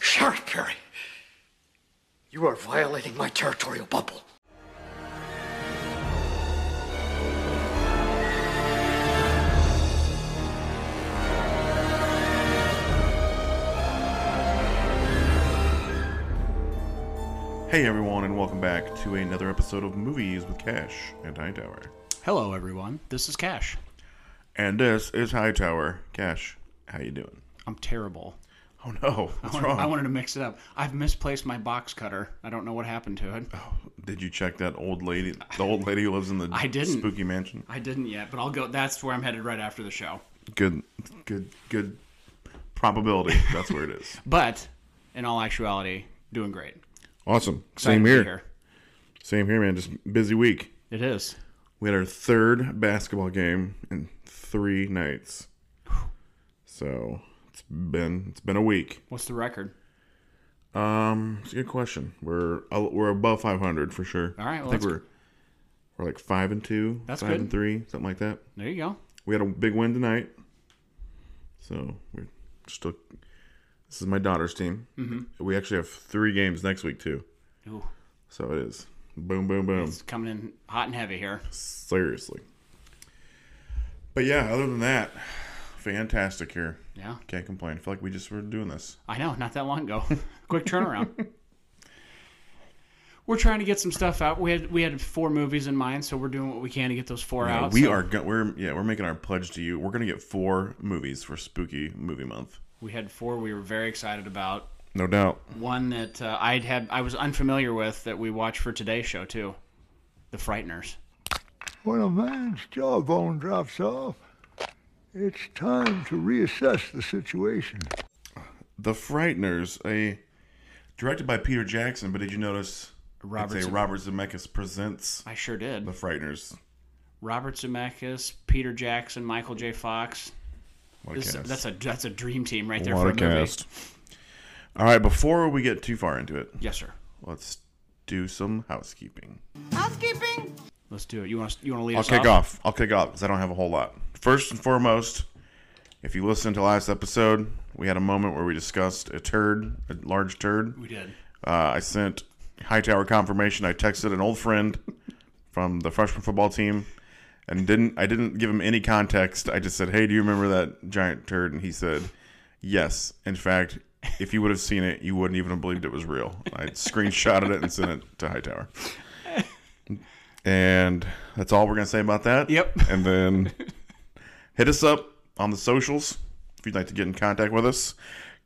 Carrot Perry, you are violating my territorial bubble. Hey everyone, and welcome back to another episode of Movies with Cash and Hightower. Hello, everyone. This is Cash. And this is Hightower. Cash, how you doing? I'm terrible. Oh no, what's I wanted- wrong? I wanted to mix it up. I've misplaced my box cutter. I don't know what happened to it. Oh. Did you check that old lady? The old lady who lives in the I didn't. spooky mansion. I didn't yet, but I'll go. That's where I'm headed right after the show. Good, good, good probability. That's where it is. But in all actuality, doing great. Awesome. Excited Same to be here. Same here, man. Just busy week. It is. We had our third basketball game in three nights. So it's been it's been a week. What's the record? Um, it's a good question. We're uh, we're above 500 for sure. All right, I well, think that's- we're we're like five and two, That's five good. and three, something like that. There you go. We had a big win tonight, so we're still. This is my daughter's team. Mm-hmm. We actually have three games next week too, Ooh, so it is boom, boom, boom. it's coming in hot and heavy here. Seriously. But yeah, other than that, fantastic here. Yeah, Can't complain. I feel like we just were doing this. I know. Not that long ago. Quick turnaround. We're trying to get some stuff out. We had we had four movies in mind, so we're doing what we can to get those four Yeah, out. we so- are go- we're yeah we're making our pledge to you. We're gonna get four movies for Spooky Movie Month, We had four we were very excited about. no doubt. One that uh, I'd had I was unfamiliar with that we watched for today's show too, The Frighteners. When a man's jawbone drops off, it's time to reassess the situation. The Frighteners, a directed by Peter Jackson, but did you notice it's Robert a Zem- Robert Zemeckis presents I sure did. The Frighteners? Robert Zemeckis, Peter Jackson, Michael J. Fox. What a This, cast. that's a that's a dream team right there what for a a movie. cast. All right, before we get too far into it, Yes, sir. let's do some housekeeping. Housekeeping. Let's do it. You want to you want to lead I'll us kick off? off. I'll kick off because I don't have a whole lot. First and foremost, if you listened to last episode, we had a moment where we discussed a turd, a large turd. We did. Uh, I sent Hightower confirmation. I texted an old friend from the freshman football team, and didn't I didn't give him any context. I just said, "Hey, do you remember that giant turd?" And he said, "Yes." In fact, if you would have seen it, you wouldn't even have believed it was real. I screenshotted it and sent it to Hightower. And that's all we're gonna say about that. Yep. And then hit us up on the socials if you'd like to get in contact with us.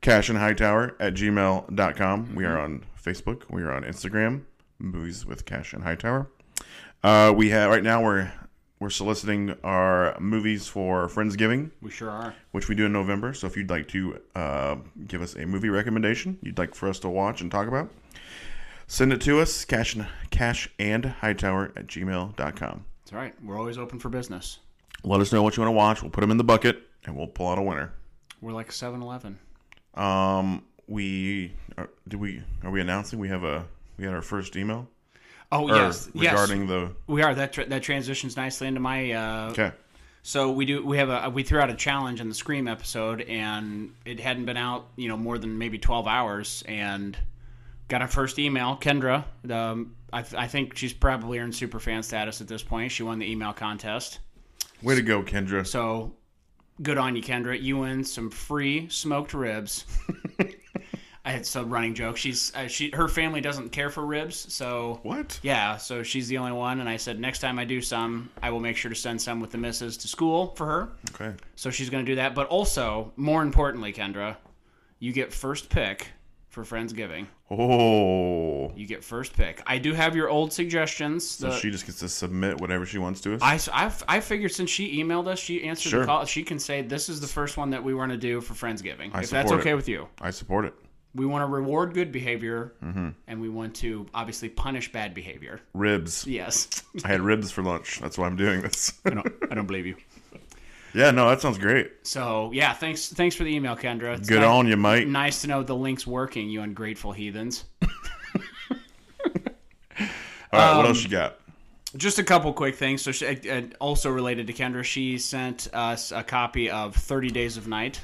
Cash and Hightower at gmail.com. We are on Facebook. We are on Instagram. Movies with Cash and Hightower. Uh, we have right now we're we're soliciting our movies for Friendsgiving, We sure are. which we do in November. So if you'd like to uh, give us a movie recommendation you'd like for us to watch and talk about, send it to us, cash and, cash and hightower at gmail.com. It's all right. We're always open for business. Let us know what you want to watch. We'll put them in the bucket and we'll pull out a winner. We're like 7-Eleven. Um, we are, did we are we announcing we have a we had our first email Oh Or yes, yes. Er, regarding the We are that tra- that transitions nicely into my uh, okay So we do. We have a we threw out a challenge in the Scream episode, and it hadn't been out, you know, more than maybe twelve hours, and got our first email. Kendra, um, I, th- I think she's probably earned super fan status at this point. She won the email contest, way to go Kendra. so good on you, Kendra. You win some free smoked ribs. I had some running joke. She's uh, she her family doesn't care for ribs, so what? yeah, so she's the only one. And I said next time I do some, I will make sure to send some with the missus to school for her. Okay. So she's going to do that. But also, more importantly, Kendra, you get first pick for Friendsgiving. Oh. You get first pick. I do have your old suggestions. So The- she just gets to submit whatever she wants to us. I, I, I figured since she emailed us, she answered Sure. the call. She can say, This is the first one that we want to do for Friendsgiving. I if support that's it. okay with you. I support it. We want to reward good behavior Mm-hmm. and we want to obviously punish bad behavior. Ribs. Yes. I had ribs for lunch. That's why I'm doing this. I, don't, I don't believe you. yeah, no, that sounds great. So, yeah, thanks thanks for the email, Kendra. It's Good nice- on you, Mike. Nice to know the link's working, you ungrateful heathens. All right, what else you got? Just a couple quick things. So, she, and also related to Kendra, she sent us a copy of Thirty Days of Night,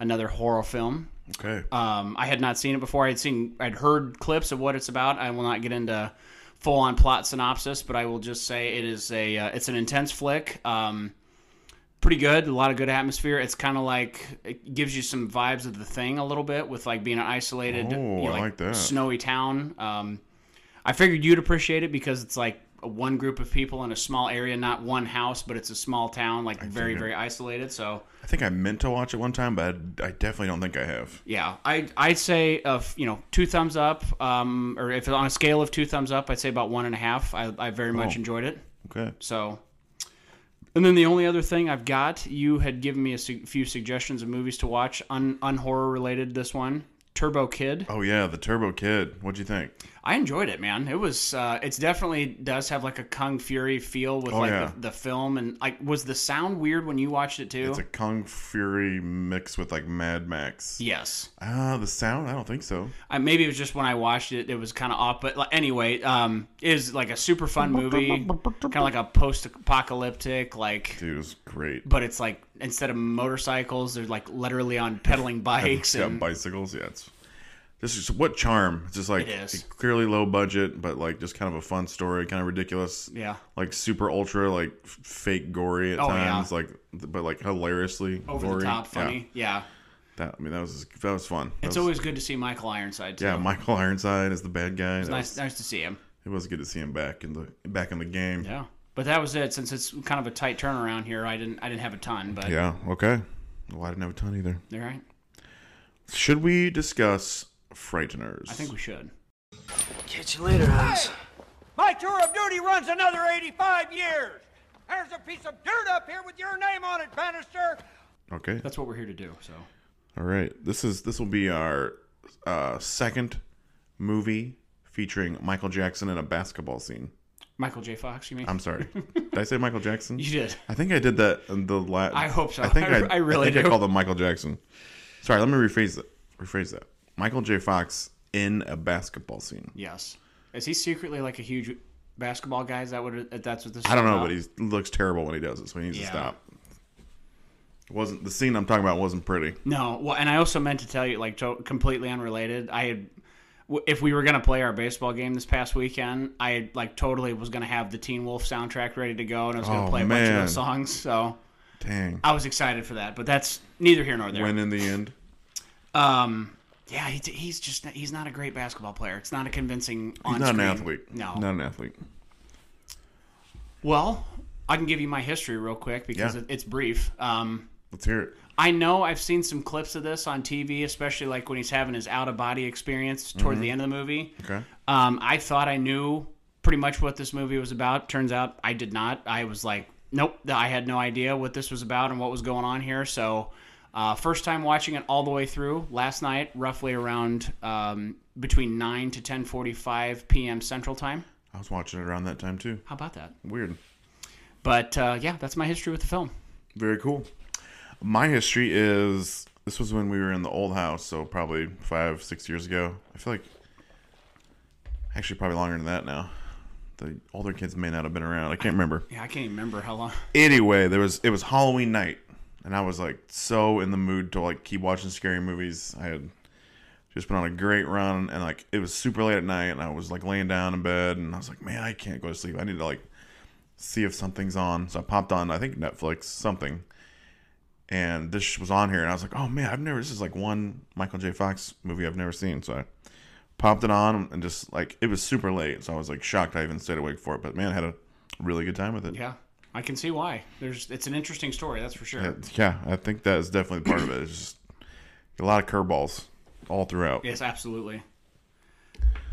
another horror film. Okay. Um, I had not seen it before. I had seen, I'd heard clips of what it's about. I will not get into full on plot synopsis, but I will just say it is a, uh, it's an intense flick. Um, pretty good. A lot of good atmosphere. It's kind of like it gives you some vibes of the thing a little bit with like being an isolated, Oh, you know, I like that. snowy town. Um, I figured you'd appreciate it because it's like one group of people in a small area, not one house, but it's a small town, like very figured. very isolated. So I think I meant to watch it one time, but I definitely don't think I have. yeah, I I'd say of you know two thumbs up, um, or if on a scale of two thumbs up, I'd say about one and a half. I I very much Oh. enjoyed it. Okay. So, and then the only other thing I've got, you had given me a su- few suggestions of movies to watch, un unhorror related. This one, Turbo Kid. Oh yeah, the Turbo Kid. What'd you think? I enjoyed it, man. It was. Uh, it's definitely does have like a Kung Fury feel with Oh, like yeah. the, the film and like was the sound weird when you watched it too? It's a Kung Fury mix with like Mad Max. yes. Ah, the sound? I don't think so. I, maybe it was just when I watched it, it was kind of off. But like, anyway, um, it is like a super fun movie, kind of like a post-apocalyptic, like. Dude, it was great. But it's like instead of motorcycles, they're like literally on pedaling bikes Yeah, and bicycles. Yeah, it's this is what charm. It's just like It is. clearly low budget, but like just kind of a fun story, kind of ridiculous. Yeah. like super ultra like f- fake gory at Oh, yeah. times, like but like hilariously over gory. the top Yeah. funny. Yeah, that I mean that was that was fun. That it's was- always good to see Michael Ironside. Too. yeah. Michael Ironside is the bad guy. That nice, was- nice to see him. it was good to see him back in the back in the game. Yeah, but that was it. Since it's kind of a tight turnaround here, I didn't, I didn't have a ton, but Yeah, Okay. Well, I didn't have a ton either. all right. Should we discuss Frighteners? I think we should. Catch you later, Oz. My tour of duty runs another 85 years. There's a piece of dirt up here with your name on it, Bannister. Okay. That's what we're here to do. So All right. This is this will be our uh, second movie featuring Michael Jackson in a basketball scene. Michael J. Fox, you mean? I'm sorry. did I say Michael Jackson? you did. I think I did that in the last. I hope so. I think I, I really I think I do. called him Michael Jackson. Sorry. Let me rephrase that. Rephrase that. Michael J. Fox in a basketball scene. Yes. Is he secretly like a huge basketball guy? Is that what? It, that's what this. I don't is know, about? but he looks terrible when he does it, so he needs to Yeah. stop. It wasn't the scene I'm talking about wasn't pretty. No, well, and I also meant to tell you, like, to- completely unrelated. I had, w- if we were gonna play our baseball game this past weekend, I had, like totally was gonna have the Teen Wolf soundtrack ready to go, and I was gonna Oh, play a bunch of man. those songs. So Dang. I was excited for that, but that's neither here nor there. When in the end. um, yeah, he, he's just he's not a great basketball player. It's not a convincing. On He's not an athlete. No. Not an athlete. Well, I can give you my history real quick because Yeah. it, it's brief. Um, Let's hear it. I know I've seen some clips of this on TV, especially like when he's having his out of body experience toward the end of the movie. Okay. Um, I thought I knew pretty much what this movie was about. Turns out I did not. I was like, nope, I had no idea what this was about and what was going on here. So, uh, first time watching it all the way through last night, roughly around um, between nine to ten forty-five p.m. Central Time. I was watching it around that time too. How about that? Weird. But uh, yeah, that's my history with the film. Very cool. My history is this was when we were in the old house, so probably five, six years ago. I feel like actually probably longer than that now. The older kids may not have been around. I can't remember. Yeah, I can't even remember how long. Anyway, there was it was Halloween night, and I was like so in the mood to like keep watching scary movies. I had just been on a great run, and like it was super late at night, and I was like laying down in bed, and I was like, man, I can't go to sleep. I need to like see if something's on. So I popped on, I think Netflix something, and this was on here, and I was like, oh man, I've never. This is like one Michael J. Fox movie I've never seen. So I popped it on, and just like it was super late, so I was like shocked I even stayed awake for it. But man, I had a really good time with it. Yeah, I can see why. There's it's an interesting story, that's for sure. Uh, Yeah, I think that is definitely part of it. It's just a lot of curveballs all throughout. Yes, absolutely.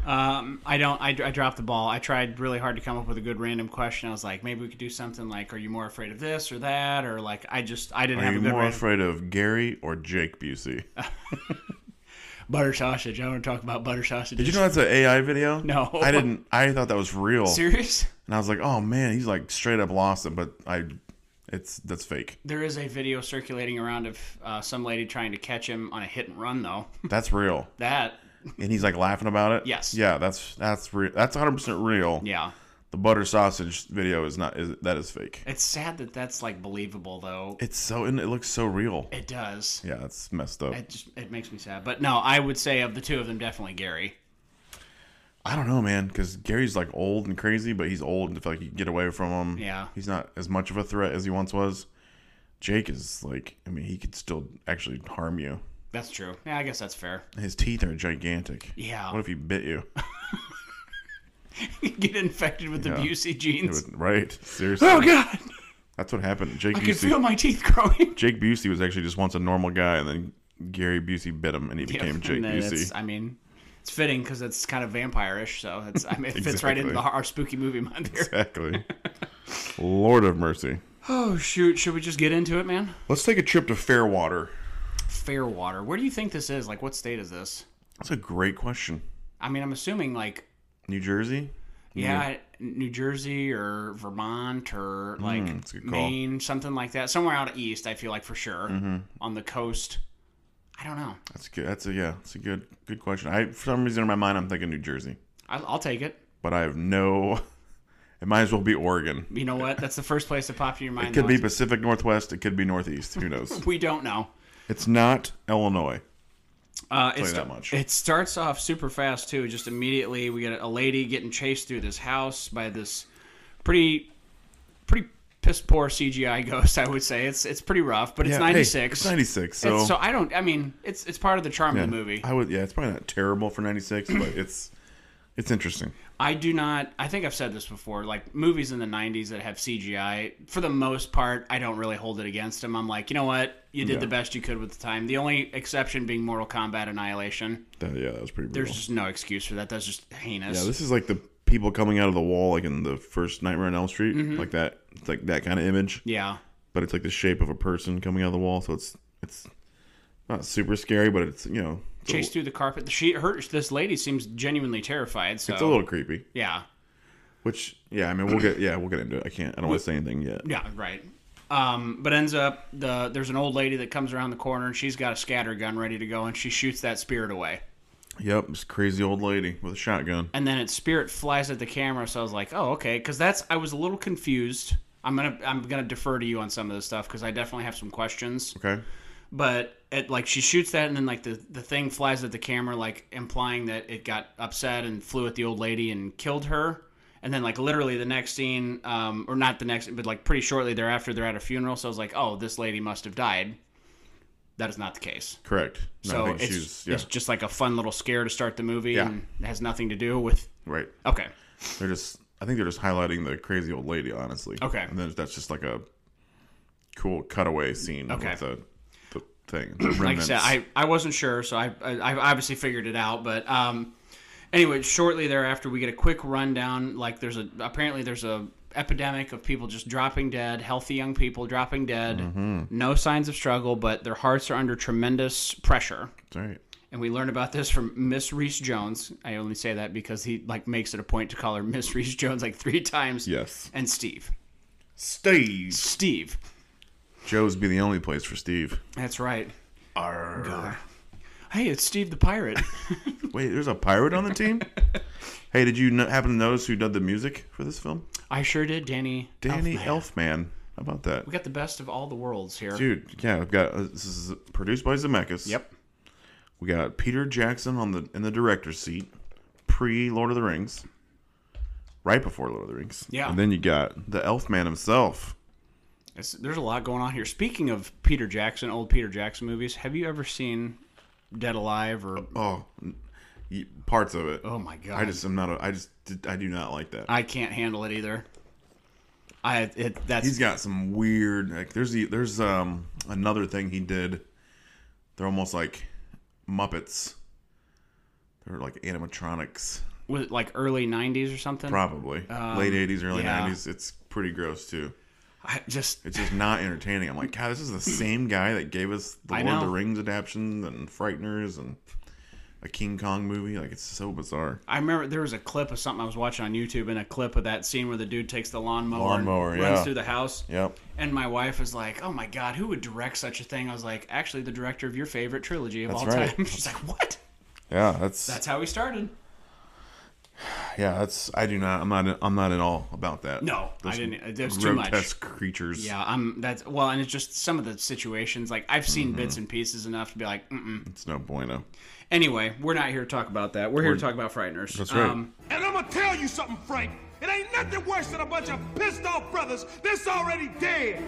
Um, I don't. I, I dropped the ball. I tried really hard to come up with a good random question. I was like, maybe we could do something like, "Are you more afraid of this or that?" Or like, I just I didn't Are have you a good more random- afraid of Gary or Jake Busey? butter sausage. I want to talk about butter sausage. Did you know that's an AI video? No. I didn't. I thought that was real, serious? and I was like, "Oh man, he's like straight up lost it." But I, it's that's fake. There is a video circulating around of uh, some lady trying to catch him on a hit and run, though. That's real, that, and he's like laughing about it. Yes. Yeah, that's that's real. That's one hundred percent real. yeah, The butter sausage video is not is that is fake. It's sad that that's like believable though. It's so and it looks so real. It does. Yeah, it's messed up. It just it makes me sad. But no, I would say of the two of them, definitely Gary. I don't know, man, because Gary's like old and crazy, but he's old and I feel like you can get away from him. Yeah. he's not as much of a threat as he once was. Jake is like, I mean, he could still actually harm you. That's true. Yeah, I guess that's fair. His teeth are gigantic. Yeah. What if he bit you? Get infected with Yeah. the Busey It genes. would- right. Seriously. Oh god, That's what happened. Jake I can Busey. feel my teeth growing. Jake Busey was actually just once a normal guy, and then Gary Busey bit him, and he became And Jake then it's- Busey. I mean, it's fitting because it's kind of vampire-ish, so it's, I mean, it fits right into the, Exactly. our spooky movie month here. Exactly. Lord of mercy. Oh shoot, should we just get into it, man? Let's take a trip to Fairwater. Fairwater. Where do you think this is? Like, what state is this? That's a great question. I mean, I'm assuming like New Jersey. yeah, New Jersey or Vermont or like Hmm, that's a good call. Mm-hmm. Maine, something like that. Somewhere out east, I feel like for sure on the coast. I don't know. That's good. That's a yeah. That's a good good question. I for some reason in my mind I'm thinking New Jersey, I, I'll take it. but I have no. It might as well be Oregon. You know what? That's the first place that popped in your mind. It could though. be Pacific Northwest. It could be Northeast. Who knows? We don't know. it's not Illinois. Uh, Tell it's, you that much. It starts off super fast too. Just immediately, we get a lady getting chased through this house by this pretty, pretty piss poor CGI ghost. I would say it's it's pretty rough, but it's Yeah, hey, ninety six. it's 96. So, so, I don't. I mean, it's it's part of the charm yeah, of the movie. I would. Yeah, it's probably not terrible for '96, but it's it's interesting. I do not. I think I've said this before. Like movies in the '90s that have CGI, for the most part, I don't really hold it against them. I'm like, you know what? You did Yeah. the best you could with the time. The only exception being Mortal Kombat Annihilation. That, yeah, that was pretty. There's brutal. just no excuse for that. That's just heinous. Yeah, this is like the people coming out of the wall, like in the first Nightmare on Elm Street, Mm-hmm. like that, it's like that kind of image. yeah. But it's like the shape of a person coming out of the wall, so it's it's not super scary, but it's you know it's, Chased a, through the carpet. She, her, this lady seems genuinely terrified. So it's a little creepy. yeah, Which yeah, I mean we'll get yeah we'll get into it. I can't I don't want to say anything yet. yeah, right. Um, but ends up the there's an old lady that comes around the corner and she's got a scatter gun ready to go and she shoots that spirit away. Yep, this crazy old lady with a shotgun. and then its spirit flies at the camera. So I was like, oh, okay, because that's I was a little confused. I'm gonna I'm gonna defer to you on some of this stuff because I definitely have some questions. Okay, But it like she shoots that, and then like the the thing flies at the camera, like implying that it got upset and flew at the old lady and killed her. And then like literally the next scene, um, or not the next, but like pretty shortly thereafter, they're at a funeral. So I was like, oh, this lady must have died. That is not the case. correct. No, So I think it's, she's yeah it's just like a fun little scare to start the movie, Yeah. and it has nothing to do with. right. Okay, They're just I think they're just highlighting the crazy old lady, honestly. Okay. and then that's just like a cool cutaway scene Okay. with the, the thing. The like I said, remnants. I, I wasn't sure, so I, I I obviously figured it out. But um, anyway, shortly thereafter, we get a quick rundown. Like there's a apparently there's a epidemic of people just dropping dead, healthy young people dropping dead, Mm-hmm. no signs of struggle, but their hearts are under tremendous pressure. That's right. And we learn about this from Miss Reese Jones. I only say that because he like makes it a point to call her Miss Reese Jones like three times. Yes. And Steve, Steve. Steve. Joe's be the only place for Steve. That's right. Hey, it's Steve the pirate. Wait, there's a pirate on the team? hey, did you no- happen to notice who did the music for this film? I sure did, Danny. Danny Elfman. Elfman. How about that? We got the best of all the worlds here. Dude, yeah, I've got uh, this is produced by Zemeckis. Yep. We got Peter Jackson on the in the director's seat, pre Lord of the Rings, right before Lord of the Rings. Yeah. And then you got the Elfman himself. It's, there's a lot going on here. Speaking of Peter Jackson, old Peter Jackson movies, have you ever seen Dead Alive or Oh, y- parts of it. Oh my god. I just am not. A, I just I do not like that. I can't handle it either. I it, that's He's got some weird like there's the, there's um another thing he did. They're almost like Muppets. They're like animatronics, was it like early 90s or something. probably late '80s, early Um, yeah. '90s. It's pretty gross too. I just It's just not entertaining. I'm like, God, this is the same guy that gave us the I Lord of the know. Rings adaptation and Frighteners and a King Kong movie. Like it's so bizarre. I remember there was a clip of something I was watching on YouTube and a clip of that scene where the dude takes the lawnmower, Lawnmower, and runs yeah. through the house. Yep. And my wife was like, "Oh my god, who would direct such a thing?" I was like, "Actually, the director of your favorite trilogy of That's all right. time." She's like, "What?" Yeah, that's That's how we started. yeah, that's I do not. I'm not. I'm not at all about that. No, I Those didn't- that's too much. grotesque creatures. Yeah, I'm. That's well, and it's just some of the situations. Like I've seen Mm-hmm. bits and pieces enough to be like, mm-mm. it's no bueno. anyway, we're not here to talk about that. We're here to talk about Um, frighteners. That's right. And I'm gonna tell you something, Frank. It ain't nothing worse than a bunch of pissed off brothers that's already dead.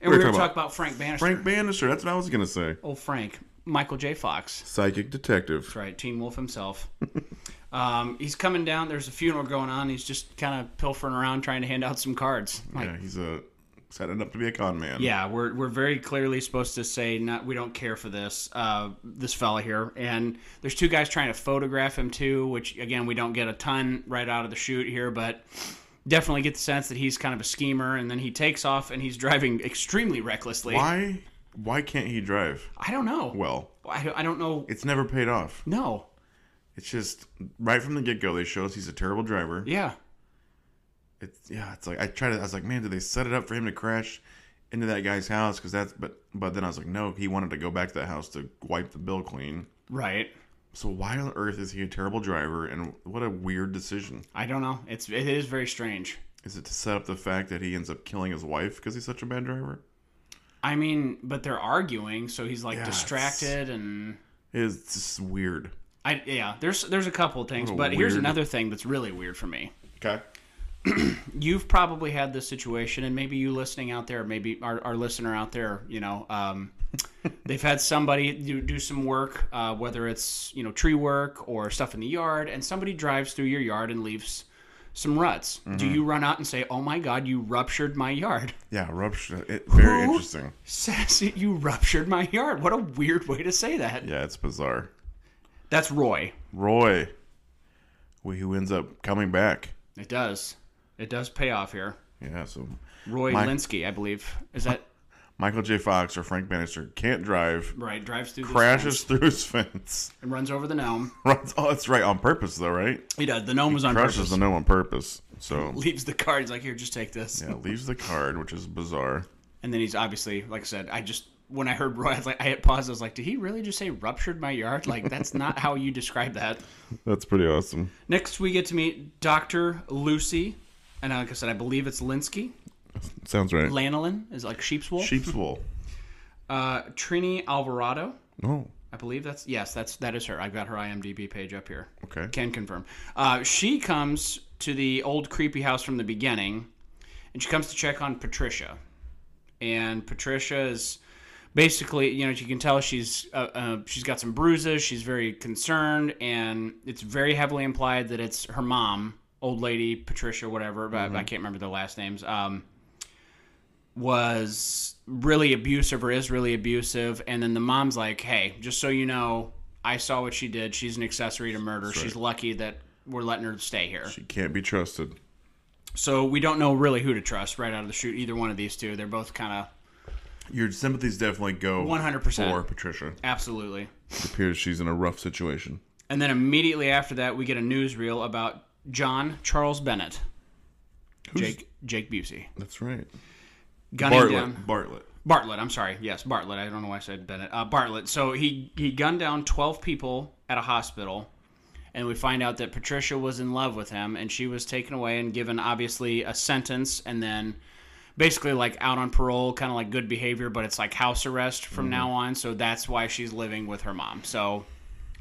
and we're, here to talk about Frank Bannister. Frank Bannister. That's what I was gonna say. Old Frank, Michael J. Fox. Psychic detective. That's right, Teen Wolf himself. um, he's coming down. There's a funeral going on. He's just kind of pilfering around, trying to hand out some cards. Like, Yeah, he's a setting up to be a con man. yeah, we're we're very clearly supposed to say not we don't care for this uh, this fella here. And there's two guys trying to photograph him too, which again we don't get a ton right out of the shoot here, but definitely get the sense that he's kind of a schemer. And then he takes off and he's driving extremely recklessly. Why? Why can't he drive? I don't know. Well, I, don't- I don't know. it's never paid off. No. It's just right from the get go. They show us he's a terrible driver. Yeah. It's yeah. It's like I tried to. I was like, man, did they set it up for him to crash into that guy's house? Because that's but but then I was like, no, he wanted to go back to that house to wipe the bill clean. Right. So why on earth is he a terrible driver? And what a weird decision. I don't know. It's it is very strange. Is it to set up the fact that he ends up killing his wife because he's such a bad driver? I mean, but they're arguing, so he's like Yeah, it's- distracted and It's just weird. I yeah, there's there's a couple of things, What a but here's weird- another thing that's really weird for me. Okay. You've probably had this situation and maybe you listening out there, maybe our, our listener out there, you know, um, they've had somebody do, do some work, uh, whether it's, you know, tree work or stuff in the yard, and somebody drives through your yard and leaves some ruts. Do you run out and say, "Oh my god, you ruptured my yard?" Yeah, rupture. It, very Who? interesting. Says you ruptured my yard. What a weird way to say that. Yeah, it's bizarre. That's Roy. Roy, we- who ends up coming back. It does. It does pay off here. Yeah, so Roy My- Linsky, I believe. Is that Michael J. Fox or Frank Bannister can't drive, right? Drives through the crashes through his fence. and runs over the gnome. Runs, oh, that's right, on purpose though, right? He does. The gnome was on crashes purpose. the no on purpose. So Leaves the card. He's like, here, just take this. yeah, leaves the card, which is bizarre. And then he's obviously, like I said, I just when I heard Roy, I was like, I hit pause. I was like, did he really just say ruptured my yard? Like that's not how you describe that. That's pretty awesome. Next, we get to meet Doctor Lucy, and like I said, I believe it's Linsky. Sounds right. Lanolin is like sheep's wool. Sheep's wool. Uh, Trini Alvarado. Oh, I believe that's yes, that's that is her. I've got her IMDb page up here. Okay. can confirm. Uh, she comes to the old creepy house from the beginning, and she comes to check on Patricia. And Patricia is basically, you know, you can tell she's uh, uh, she's got some bruises. She's very concerned, and it's very heavily implied that it's her mom, old lady Patricia, whatever. But I can't remember their last names. Um, was really abusive or is really abusive and then the mom's like hey just so you know i saw what she did she's an accessory to murder she's lucky that we're letting her stay here she can't be trusted. so we don't know really who to trust right out of the shoot either one of these two they're both kind of Your sympathies definitely go 100%. for Patricia. absolutely It appears she's in a rough situation. and then immediately after that we get a newsreel about john charles bennett jake jake busey That's right. gunning down Bartlett. Bartlett. Bartlett, I'm sorry. Yes, Bartlett. I don't know why I said Bennett. Uh, Bartlett. So he he gunned down 12 people at a hospital, and we find out that Patricia was in love with him, and she was taken away and given obviously a sentence, and then basically like out on parole, kind of like good behavior, but it's like house arrest Mm-hmm. from now on. So that's why she's living with her mom. So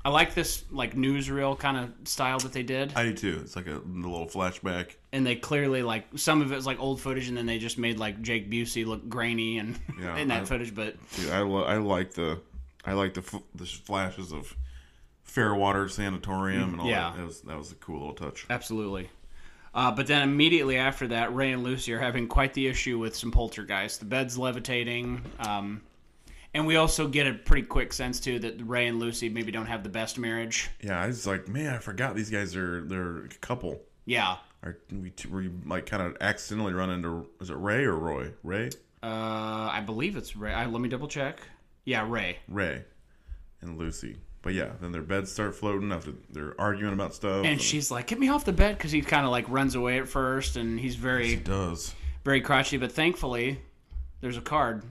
I like this like newsreel kind of style that they did, I do too. It's like a, little flashback. and they clearly like some of it was like old footage, and then they just made like Jake Busey look grainy and Yeah, in that I- footage, but. Dude, I, lo- I like the I like the f- the flashes of Fairwater Sanatorium and all Yeah. that. That was that was a cool little touch. Absolutely. Uh, but then immediately after that, Ray and Lucy are having quite the issue with some poltergeists. The bed's levitating. Um, and we also get a pretty quick sense, too, that Ray and Lucy maybe don't have the best marriage. Yeah, I was like, man, I forgot these guys are they're a couple. Yeah. Are we, t- we like kind of accidentally run into is it Ray or Roy? Ray, Uh, I believe it's Ray. I, let me double check. Yeah, Ray. Ray, and Lucy. But yeah, then their beds start floating after they're arguing about stuff. And she's like, get me off the bed because he kind of like runs away at first and he's she very, does. very crotchety. But thankfully, there's a card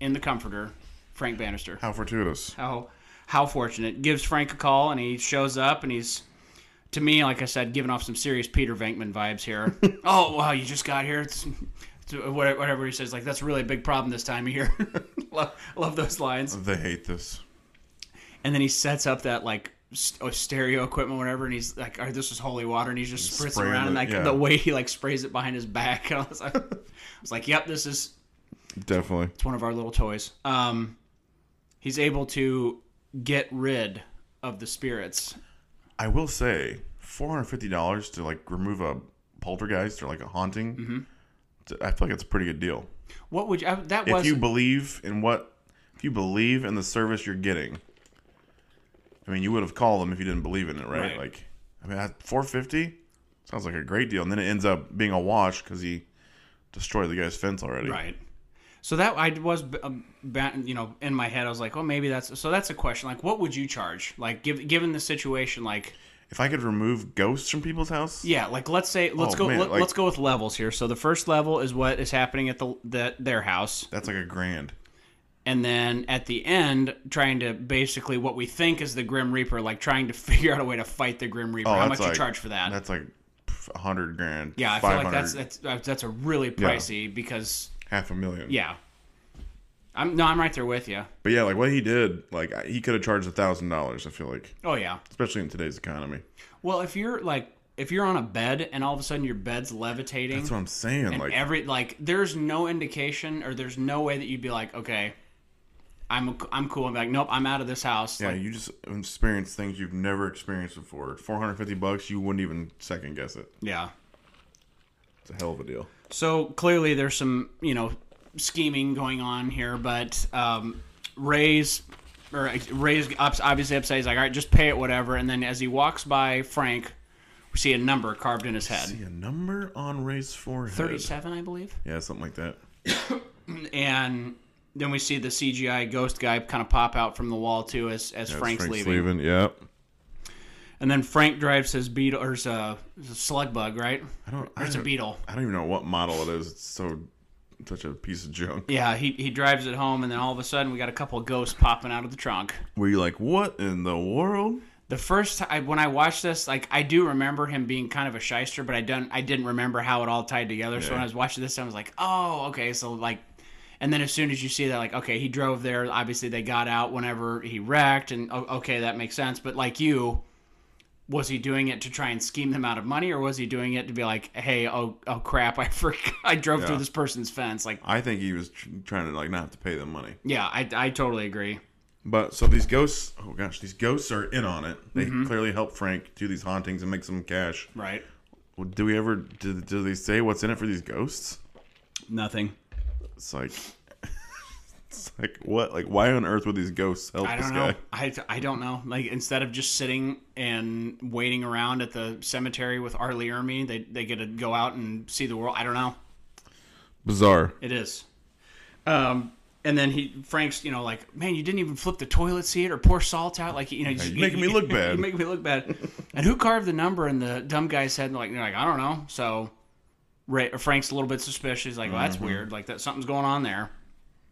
in the comforter Frank Bannister. How fortuitous. how how fortunate. Gives Frank a call and he shows up and he's to me, like I said, giving off some serious Peter Venkman vibes here. oh wow, you just got here. It's, it's whatever whatever he says, like that's really a big problem this time of year. love, love those lines. They hate this. And then he sets up that like st- oh, stereo equipment, whatever, and he's like, "Oh, this is holy water," and he's just spritzing Spraying around, and it, like yeah. the way he like sprays it behind his back. I was like, I was like, "Yep, this is Definitely. it's one of our little toys." Um, he's able to get rid of the spirits. I will say, four hundred fifty dollars to like remove a poltergeist or like a haunting. Mm-hmm. t- I feel like it's a pretty good deal. What would you, I, that If was? you believe in what, if you believe in the service you're getting, I mean, you would have called them if you didn't believe in it, right? Right. Like, I mean, four fifty sounds like a great deal, and then it ends up being a wash because he destroyed the guy's fence already. Right. So that I was, um, ba- you know, in my head, I was like, "Oh, maybe that's." So that's a question. Like, what would you charge? Like, give, given the situation, like, If I could remove ghosts from people's house, yeah, like let's say, let's Oh, go, man, let, like- us go with levels here. So the first level is what is happening at the, the their house, that's like a grand. and then at the end, trying to basically what we think is the Grim Reaper, like trying to figure out a way to fight the Grim Reaper. Oh, How that's much like, you charge for that? That's like a hundred grand. yeah, I feel like that's 500, that's that's that's a really pricey because half a million. yeah, I'm no, I'm right there with you. But yeah, like what he did, like I- he could have charged a thousand dollars. I feel like, Oh yeah. especially in today's economy. Well, if you're like if you're on a bed and all of a sudden your bed's levitating That's what I'm saying. and Like, every like there's no indication or there's no way that you'd be like, okay, I'm I'm cool. I'm like, nope, I'm out of this house. yeah, like, you just experience things you've never experienced before. Four hundred fifty bucks, you wouldn't even second guess it. yeah. It's a hell of a deal. So clearly there's some you know scheming going on here, but um, Ray's or Ray's ups, obviously upset. He's like, all right, just pay it, whatever. And then as he walks by Frank, we see a number carved in his head. See a uh, number on Ray's forehead. Thirty-seven, I believe. Yeah, something like that. and then we see the CGI ghost guy kind of pop out from the wall too as as Frank's, leaving. Yep. And then Frank drives his beetle or his, uh, his slug bug, right? I don't. Or I it's a don't, beetle. I don't even know what model it is. It's so such a piece of junk. Yeah, he, he drives it home, and then all of a sudden we got a couple of ghosts popping out of the trunk. Were you like, what in the world? The first time when I watched this, like I do remember him being kind of a shyster, but I don't I didn't remember how it all tied together. So when I was watching this, I was like, oh, okay, so like. And then as soon as you see that, like, okay, he drove there. Obviously, they got out whenever he wrecked, and oh, okay, that makes sense. But like you, was he doing it to try and scheme them out of money, or was he doing it to be like, hey, oh, oh crap, I forgot, I drove through Yeah. this person's fence? Like, I think he was tr- trying to like not have to pay them money. yeah, I, I totally agree. But so these ghosts, oh gosh, these ghosts are in on it. They Mm-hmm. clearly help Frank do these hauntings and make some cash. Right. Well, do we ever do, do they say what's in it for these ghosts? Nothing. It's like it's like what? Like why on earth would these ghosts help I this don't know. guy? I, I don't know. Like instead of just sitting and waiting around at the cemetery with Arlie Ermy, they they get to go out and see the world. I don't know. Bizarre. It is. Um, and then he Frank's, you know, like, man, you didn't even flip the toilet seat or pour salt out, like, you know, just, you're making me look bad. you're making me look bad. and who carved the number in the dumb guy's head? And like, they're like, I don't know. So, Ray, Frank's a little bit suspicious. He's like, well, Mm-hmm. that's weird. Like that something's going on there.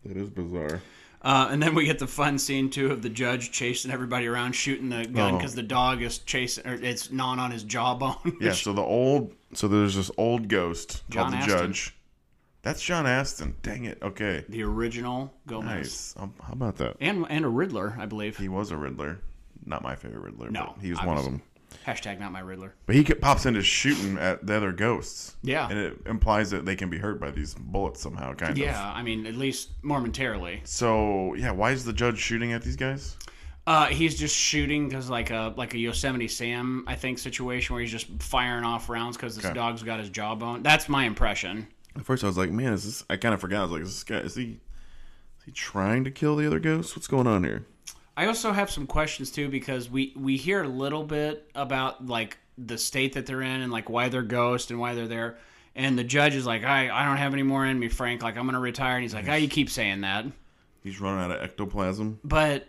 It is bizarre. Uh, and then we get the fun scene too of the judge chasing everybody around, shooting the gun Oh. because the dog is chasing, or it's gnawing on his jawbone. Yeah. So the old so there's this old ghost John called the Aston. Judge. That's John Aston. Dang it. Okay. the original Gomez Nice. Um, How about that? and and a Riddler, I believe. He was a Riddler. Not my favorite Riddler. No, but he was one of obviously. them. Hashtag not my Riddler. But he ke- pops into shooting at the other ghosts. Yeah. And it implies that they can be hurt by these bullets somehow, kind of. Yeah, I mean at least momentarily. So, yeah, why is the judge shooting at these guys? Uh, he's just shooting because like a like a Yosemite Sam I think situation where he's just firing off rounds because this Okay. dog's got his jawbone. That's my impression. At first, I was like, man, is this. I kind of forgot. I was like, is this guy. Is he. Is he trying to kill the other ghosts? What's going on here? I also have some questions too because we we hear a little bit about like the state that they're in and like why they're ghosts and why they're there. And the judge is like, I, I don't have any more in me, Frank. Like I'm gonna retire. And he's like, Ah, you keep saying that. He's running out of ectoplasm. But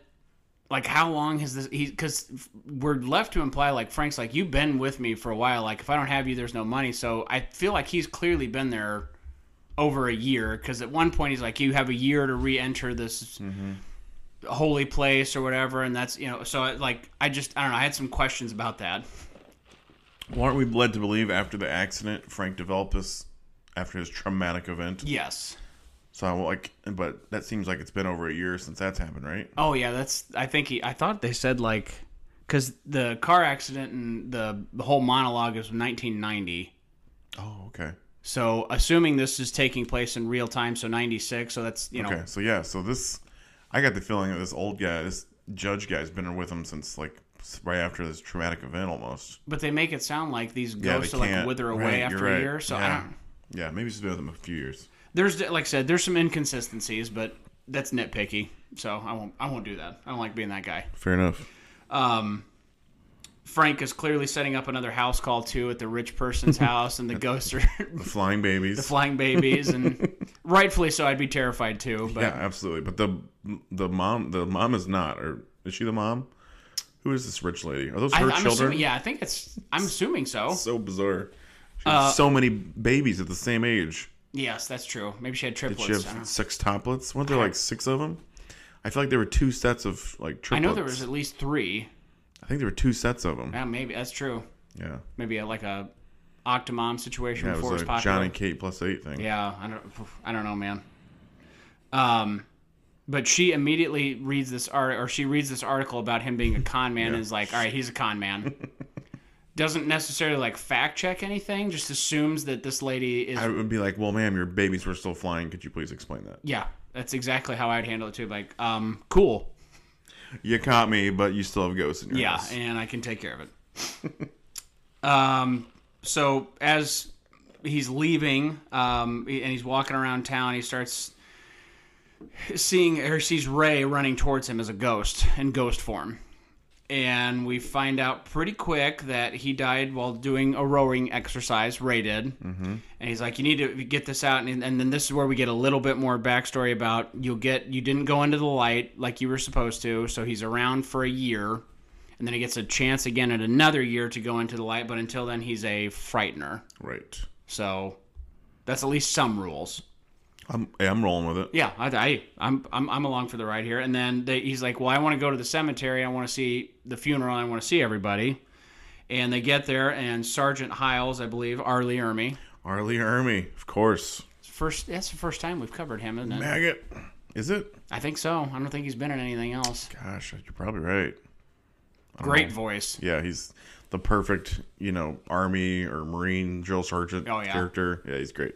like, how long has this? Because we're left to imply like Frank's like you've been with me for a while. Like if I don't have you, there's no money. So I feel like he's clearly been there over a year. Because at one point he's like, you have a year to re-enter this holy place or whatever, and that's you know. So like, I just I don't know. I had some questions about that. Well, aren't we led to believe after the accident, Frank developed this after his traumatic event? Yes. So I'm like, but that seems like it's been over a year since that's happened, right? Oh yeah, that's. I think he. I thought they said like, because the car accident and the the whole monologue is 1990. Oh, okay. So assuming this is taking place in real time, so 96. So that's you know. Okay, so yeah, so this, I got the feeling that this old guy, this judge guy's been with him since like right after this traumatic event almost. But they make it sound like these Yeah, ghosts they are like can't- wither away right, you're after a right. year. So I yeah. don't. yeah, maybe she's been with him a few years. There's like I said, there's some inconsistencies, but that's nitpicky. So I won't. I won't do that. I don't like being that guy. Fair enough. Frank is clearly setting up another house call too at the rich person's house, and the ghosts are Flying babies. flying babies, and rightfully so. I'd be terrified too. But yeah, absolutely. But the the mom the mom is not, or is she the mom? Who is this rich lady? Are those I, her I'm children? assuming. Yeah, I think it's. I'm assuming so. So bizarre. She had Uh, so many babies at the same age. Yes, that's true. Maybe she had triplets. She I have don't know. sextuplets. Weren't there like six of them? I feel like there were two sets of like triplets. I know there was at least three. I think there were two sets of them. Yeah, maybe that's true. Yeah. Maybe a, like a octomom situation Yeah, it before was it a was popular. John and Kate plus eight thing. Yeah, I don't, I don't know, man. Um, but she immediately reads this art, or she reads this article about him being a con man, and is like, "All right, he's a con man." Doesn't necessarily like fact check anything; just assumes that this lady is. I would be like, well, ma'am, your babies were still flying. Could you please explain that? yeah, that's exactly how I'd handle it too. Like, um, cool. You caught me, but you still have ghosts in your Yeah, house. and I can take care of it. um, so as he's leaving, um, and he's walking around town, he starts seeing or sees Ray running towards him as a ghost in ghost form. And we find out pretty quick that he died while doing a rowing exercise. Ray did, mm-hmm. and he's like, "You need to get this out." And, and then this is where we get a little bit more backstory about you'll get you didn't go into the light like you were supposed to, so he's around for a year and then he gets a chance again at another year to go into the light. But until then, he's a frightener. Right. So that's at least some rules. I'm, yeah, I'm rolling with it. Yeah, I, I I'm, I'm I'm along for the ride here. And then they, he's like, "Well, I want to go to the cemetery. I want to see the funeral. I want to see everybody." And they get there, and Sergeant Hiles, I believe, Arlie Ermy. Arlie Ermy, of course. First, that's the first time we've covered him, isn't it? Maggot. Is it? I think so. I don't think he's been in anything else. Gosh, you're probably right. Great voice. Yeah, he's the perfect, you know, army or marine drill sergeant Oh, yeah. character. Yeah, he's great.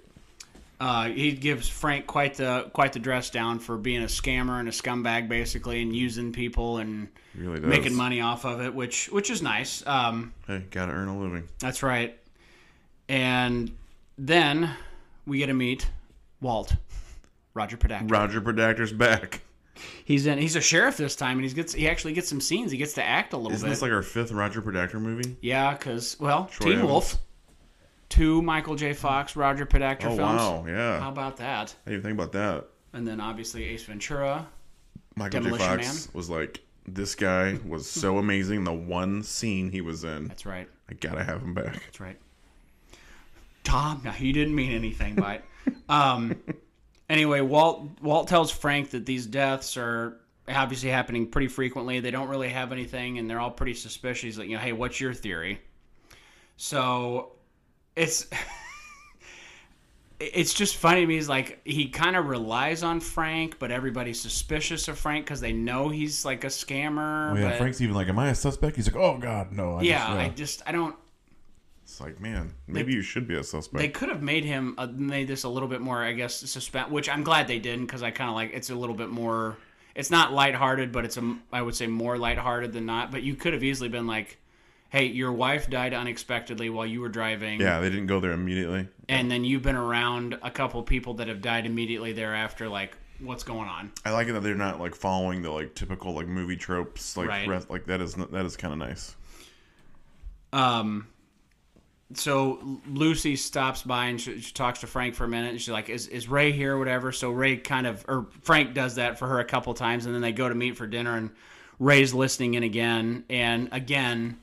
Uh, he gives Frank quite the quite the dress down for being a scammer and a scumbag, basically, and using people and He really does. making money off of it, which which is nice. Um, Hey, gotta earn a living. that's right. And then we get to meet Walt, Roger Podacki. Roger Predactor's back. He's in. He's a sheriff this time, and he gets he actually gets some scenes. He gets to act a little Isn't bit. this like our fifth Roger Predactor movie? yeah, because well, Troy Teen Wolf, Evans. two Michael J. Fox, Roger Podactor Oh, films. Um, wow. Yeah. How about that? I didn't even think about that. And then obviously Ace Ventura. Michael Demolition J. Fox was like, this guy was so amazing. The one scene he was in, That's right. I gotta have him back. That's right. Tom, no, you didn't mean anything by it. Um, anyway, Walt Walt tells Frank that these deaths are obviously happening pretty frequently. They don't really have anything, and they're all pretty suspicious. He's like, you know, hey, what's your theory? So it's it's just funny to me. He's like he kind of relies on Frank, but everybody's suspicious of Frank because they know he's like a scammer. Oh, yeah, but- Frank's even like, am I a suspect? He's like, oh, God, no. I yeah, just, I just I don't. It's like, man, maybe you should be a suspect. They could have made him uh, made this a little bit more, I guess, suspense. Which I'm glad they didn't because I kind of like it's a little bit more. It's not lighthearted, but it's a I would say more lighthearted than not. But you could have easily been like, "Hey, your wife died unexpectedly while you were driving, yeah, they didn't go there immediately. and then you've been around a couple people that have died immediately thereafter. Like, what's going on?" I like it that they're not like following the like typical like movie tropes. Like Right. rest, like that is that is kind of nice. Um, so Lucy stops by and she, she talks to Frank for a minute. And she's like, "Is is Ray here? Whatever." So Ray kind of or Frank does that for her a couple times, and then they go to meet for dinner, and Ray's listening in again and again.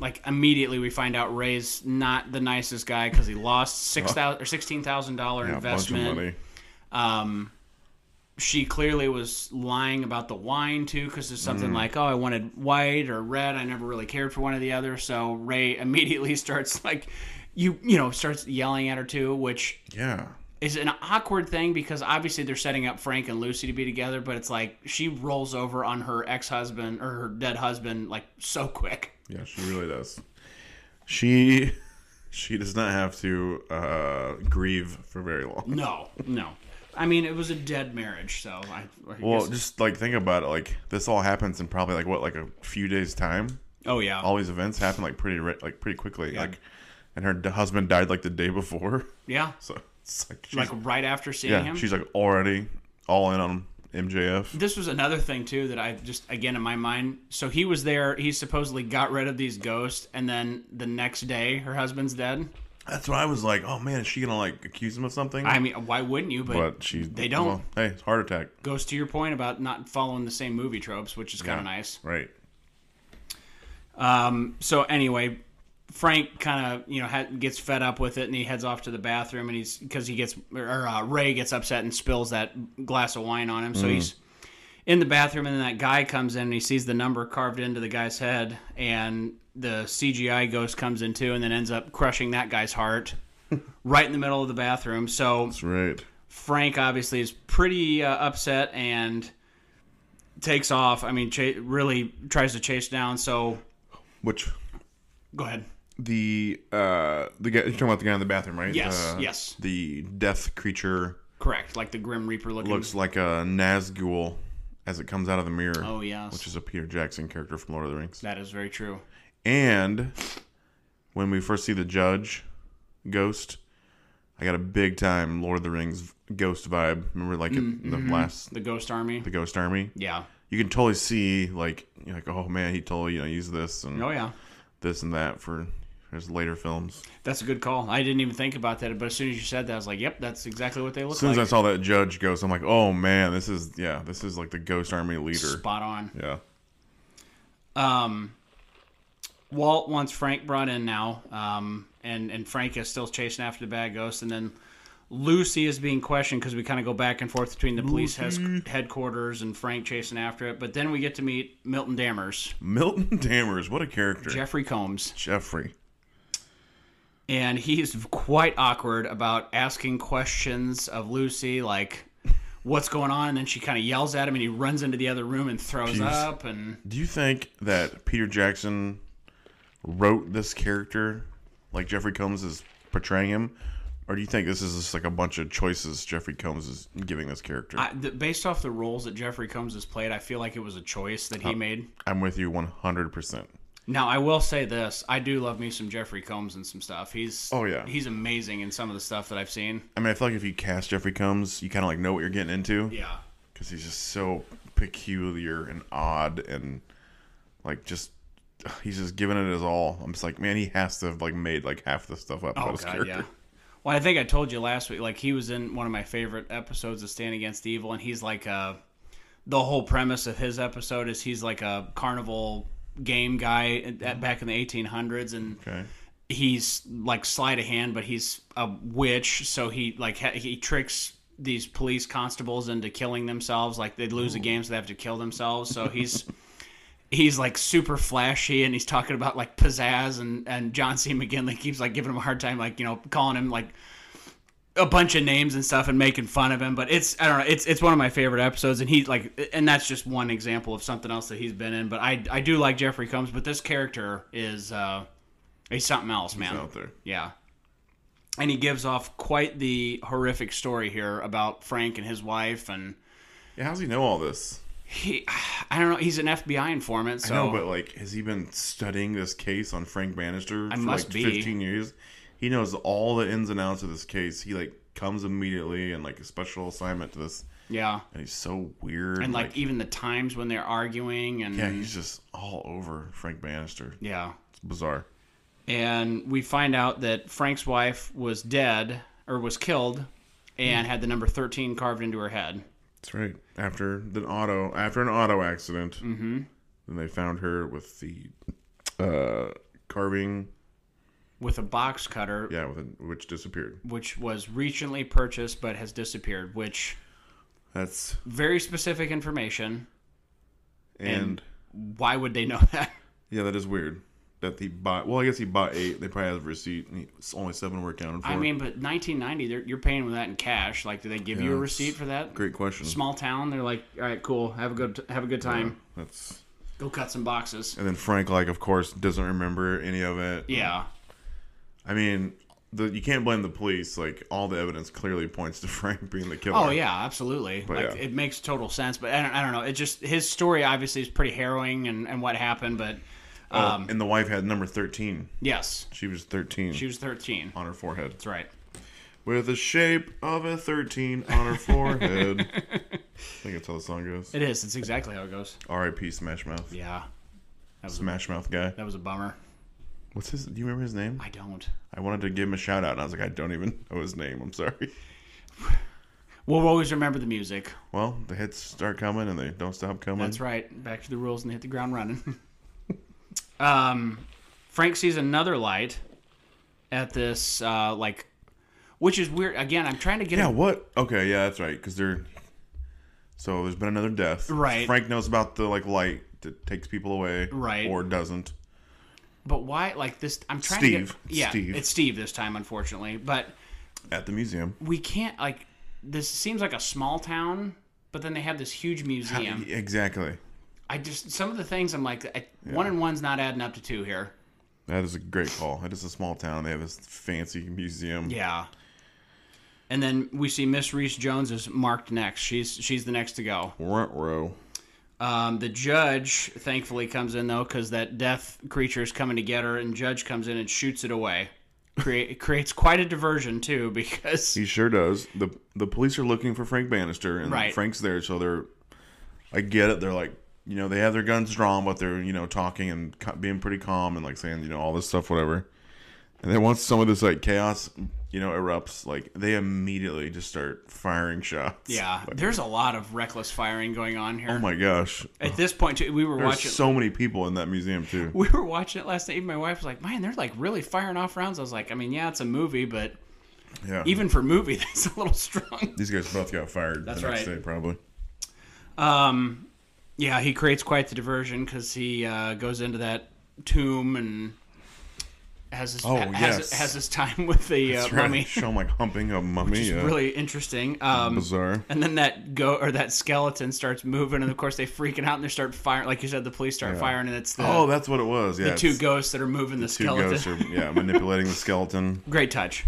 Like immediately, we find out Ray's not the nicest guy because he lost six thousand or sixteen thousand thousand dollar Yeah, a bunch of investment. money. Um, she clearly was lying about the wine too, because there's something Mm. like, "Oh, I wanted white or red. I never really cared for one or the other." So Ray immediately starts like, you you know, starts yelling at her too, which Yeah. is an awkward thing because obviously they're setting up Frank and Lucy to be together, but it's like she rolls over on her ex husband or her dead husband like so quick. Yeah, she really does. She she does not have to uh, grieve for very long. No, no. I mean, it was a dead marriage, so I. I Well, guess- just like think about it. Like this all happens in probably like what, like a few days time. oh yeah, All these events happen like pretty, ri- like pretty quickly. Like, and her d- husband died like the day before. yeah. So it's like, she's, Like right after seeing yeah, him, she's like already all in on MJF. this was another thing too that I just again in my mind. So he was there. He supposedly got rid of these ghosts, and then the next day, her husband's dead. That's why I was like, oh man, is she gonna like accuse him of something? I mean, why wouldn't you? But, but she they don't. well, hey, it's heart attack. goes to your point about not following the same movie tropes, which is kind Yeah. of nice. Right. so anyway, Frank kind of you know ha- gets fed up with it, and he heads off to the bathroom, and he's because he gets or uh, Ray gets upset and spills that glass of wine on him, so he's in the bathroom, and then that guy comes in, and he sees the number carved into the guy's head, and the CGI ghost comes in too, and then ends up crushing that guy's heart. Right in the middle of the bathroom, so That's right. Frank obviously is pretty uh, upset and takes off. I mean, cha- really tries to chase down. So Which go ahead. the uh the guy you're talking about the guy in the bathroom, right? Yes, Uh, yes. The death creature Correct, like the Grim Reaper looking. looks like a Nazgul as it comes out of the mirror. oh yes, Which is a Peter Jackson character from Lord of the Rings. that is very true. And when we first see the judge ghost, I got a big time Lord of the Rings ghost vibe. Remember like in the last The Ghost Army. the Ghost Army? Mm, mm-hmm. yeah. You can totally see like you're like, oh man, he totally, you know, used this and Oh yeah. this and that for his later films. That's a good call. I didn't even think about that, but as soon as you said that, I was like, "Yep, that's exactly what they As look soon like." as I saw that judge ghost, I'm like, oh man, this is yeah, this is like the Ghost Army leader. Spot on. Yeah, Walt wants Frank brought in now, um, and and Frank is still chasing after the bad ghost, and then Lucy is being questioned because we kind of go back and forth between the police has- headquarters and Frank chasing after it, but then we get to meet Milton Dammers, Milton Dammers, what a character, Jeffrey Combs. Jeffrey. and he's quite awkward about asking questions of Lucy, like what's going on, and then she kind of yells at him, and he runs into the other room and throws Jeez. up, and Do you think that Peter Jackson wrote this character like Jeffrey Combs is portraying him, or do you think this is just like a bunch of choices Jeffrey Combs is giving this character? I, th- based off the roles that Jeffrey Combs has played, I feel like it was a choice that he made. I'm with you 100. percent Now, I will say this: I do love me some Jeffrey Combs and some stuff. He's Oh, yeah. he's amazing in some of the stuff that I've seen. I mean, I feel like if you cast Jeffrey Combs, you kind of like know what you're getting into. Yeah, because he's just so peculiar and odd and like just he's just giving it his all. I'm just like, man, he has to have like made like half the stuff Oh, up about his character. Well, I think I told you last week, like he was in one of my favorite episodes of Stand Against Evil, and he's like uh the whole premise of his episode is he's like a carnival game guy at, at- back in the 1800s, and Mm-hmm. Okay. he's like sleight of hand, but he's a witch, so he like ha- he tricks these police constables into killing themselves. Like they lose a game, so they have to kill themselves. So he's. He's like super flashy, and he's talking about like pizzazz, and and John C. McGinley keeps like giving him a hard time, like you know, calling him like a bunch of names and stuff and making fun of him. But it's I don't know, it's it's one of my favorite episodes, and he like, and that's just one example of something else that he's been in. But I I do like Jeffrey Combs, but this character is uh, he's something else, man. He's out there. Yeah. And he gives off quite the horrific story here about Frank and his wife, and Yeah, how's he know all this? he, I don't know, he's an FBI informant, so I know, but like, has he been studying this case on Frank Bannister for must like be. 15 years? He knows all the ins and outs of this case. He like comes immediately and like a special assignment to this, yeah, and he's so weird and like, even the times when they're arguing, and yeah, he's just all over Frank Bannister. yeah. It's bizarre. and we find out that Frank's wife was dead or was killed and had the number 13 carved into her head. That's right. After the auto, after an auto accident, mm-hmm. then they found her with the uh, carving, With a box cutter, yeah, with a, which disappeared. which was recently purchased but has disappeared. Which That's Very specific information. and Why would they know that? yeah, that is weird. That he bought. Well, I guess he bought eight. They probably have a receipt. And he, it's only seven were accounted for. I mean, but 1990, they're, you're paying with that in cash. Like, do they give you a it's receipt for that? great question. Small town. They're like, all right, cool. Have a good have a good time. That's Go cut some boxes. and then Frank, like, of course, doesn't remember any of it. Yeah. I mean, the, you can't blame the police. Like, all the evidence clearly points to Frank being the killer. Oh yeah, absolutely. like yeah. it makes total sense. But I don't, I don't know. It just his story obviously is pretty harrowing and, and what happened. But Oh, and the wife had number thirteen. yes, She was thirteen. um, she was 13. on her forehead. That's right. With the shape of a 13 on her forehead. I think that's how the song goes. It is. It's exactly how it goes. R.I.P. Smash Mouth. Yeah, Smash Mouth guy. that was a bummer. What's his? Do you remember his name? I don't. I wanted to give him a shout out, and I was like, I don't even know his name. I'm sorry. We'll always remember the music. Well, the hits start coming, and they don't stop coming. That's right. Back to the rules and hit the ground running. um, Frank sees another light at this uh, like, which is weird. Again, I'm trying to get Yeah. a- What? Okay. Yeah, that's right. Because they're. So there's been another death. Right. Frank knows about the like light that takes people away. Right. Or doesn't. but why like this? I'm trying Steve. to get yeah, Steve. it's Steve this time, unfortunately. But At the museum. we can't like this seems like a small town, but then they have this huge museum. E, Exactly. I just some of the things I'm like I, one and one's not adding up to two here. That is a great call. It is a small town. They have this fancy museum. Yeah. And then we see Miss Reese Jones is marked next. She's she's the next to go. Front row. Um, the judge thankfully comes in though because that death creature is coming to get her, and judge comes in and shoots it away. Create, creates quite a diversion too because He sure does. the The police are looking for Frank Bannister, and Right. Frank's there, so they're. I get it. They're like, you know, they have their guns drawn, but they're you know talking and ca- being pretty calm and like saying you know all this stuff, whatever. And then once some of this like chaos, you know, erupts, like they immediately just start firing shots. yeah, Like, there's a lot of reckless firing going on here. oh my gosh, At this point, too, we were there's watching. so many people in that museum too. we were watching it last night. Even my wife was like, "Man, they're like really firing off rounds." I was like, "I mean, yeah, it's a movie, but Yeah, even for movie, that's a little strong." these guys both got fired. That's the next right. Day, probably. Um, yeah, he creates quite the diversion because he uh, goes into that tomb and has his Oh, ha- has, yes. has his time with the uh, That's right. mummy. Show 'em, like humping a mummy. Which is yeah. really interesting. Um, bizarre. And then that go or that skeleton starts moving, and of course they freaking out and they start firing. Like you said, the police start firing, and it's the, Oh, that's what it was. Yeah, the two it's- ghosts that are moving the two skeleton. ghosts are yeah manipulating the skeleton. Great touch.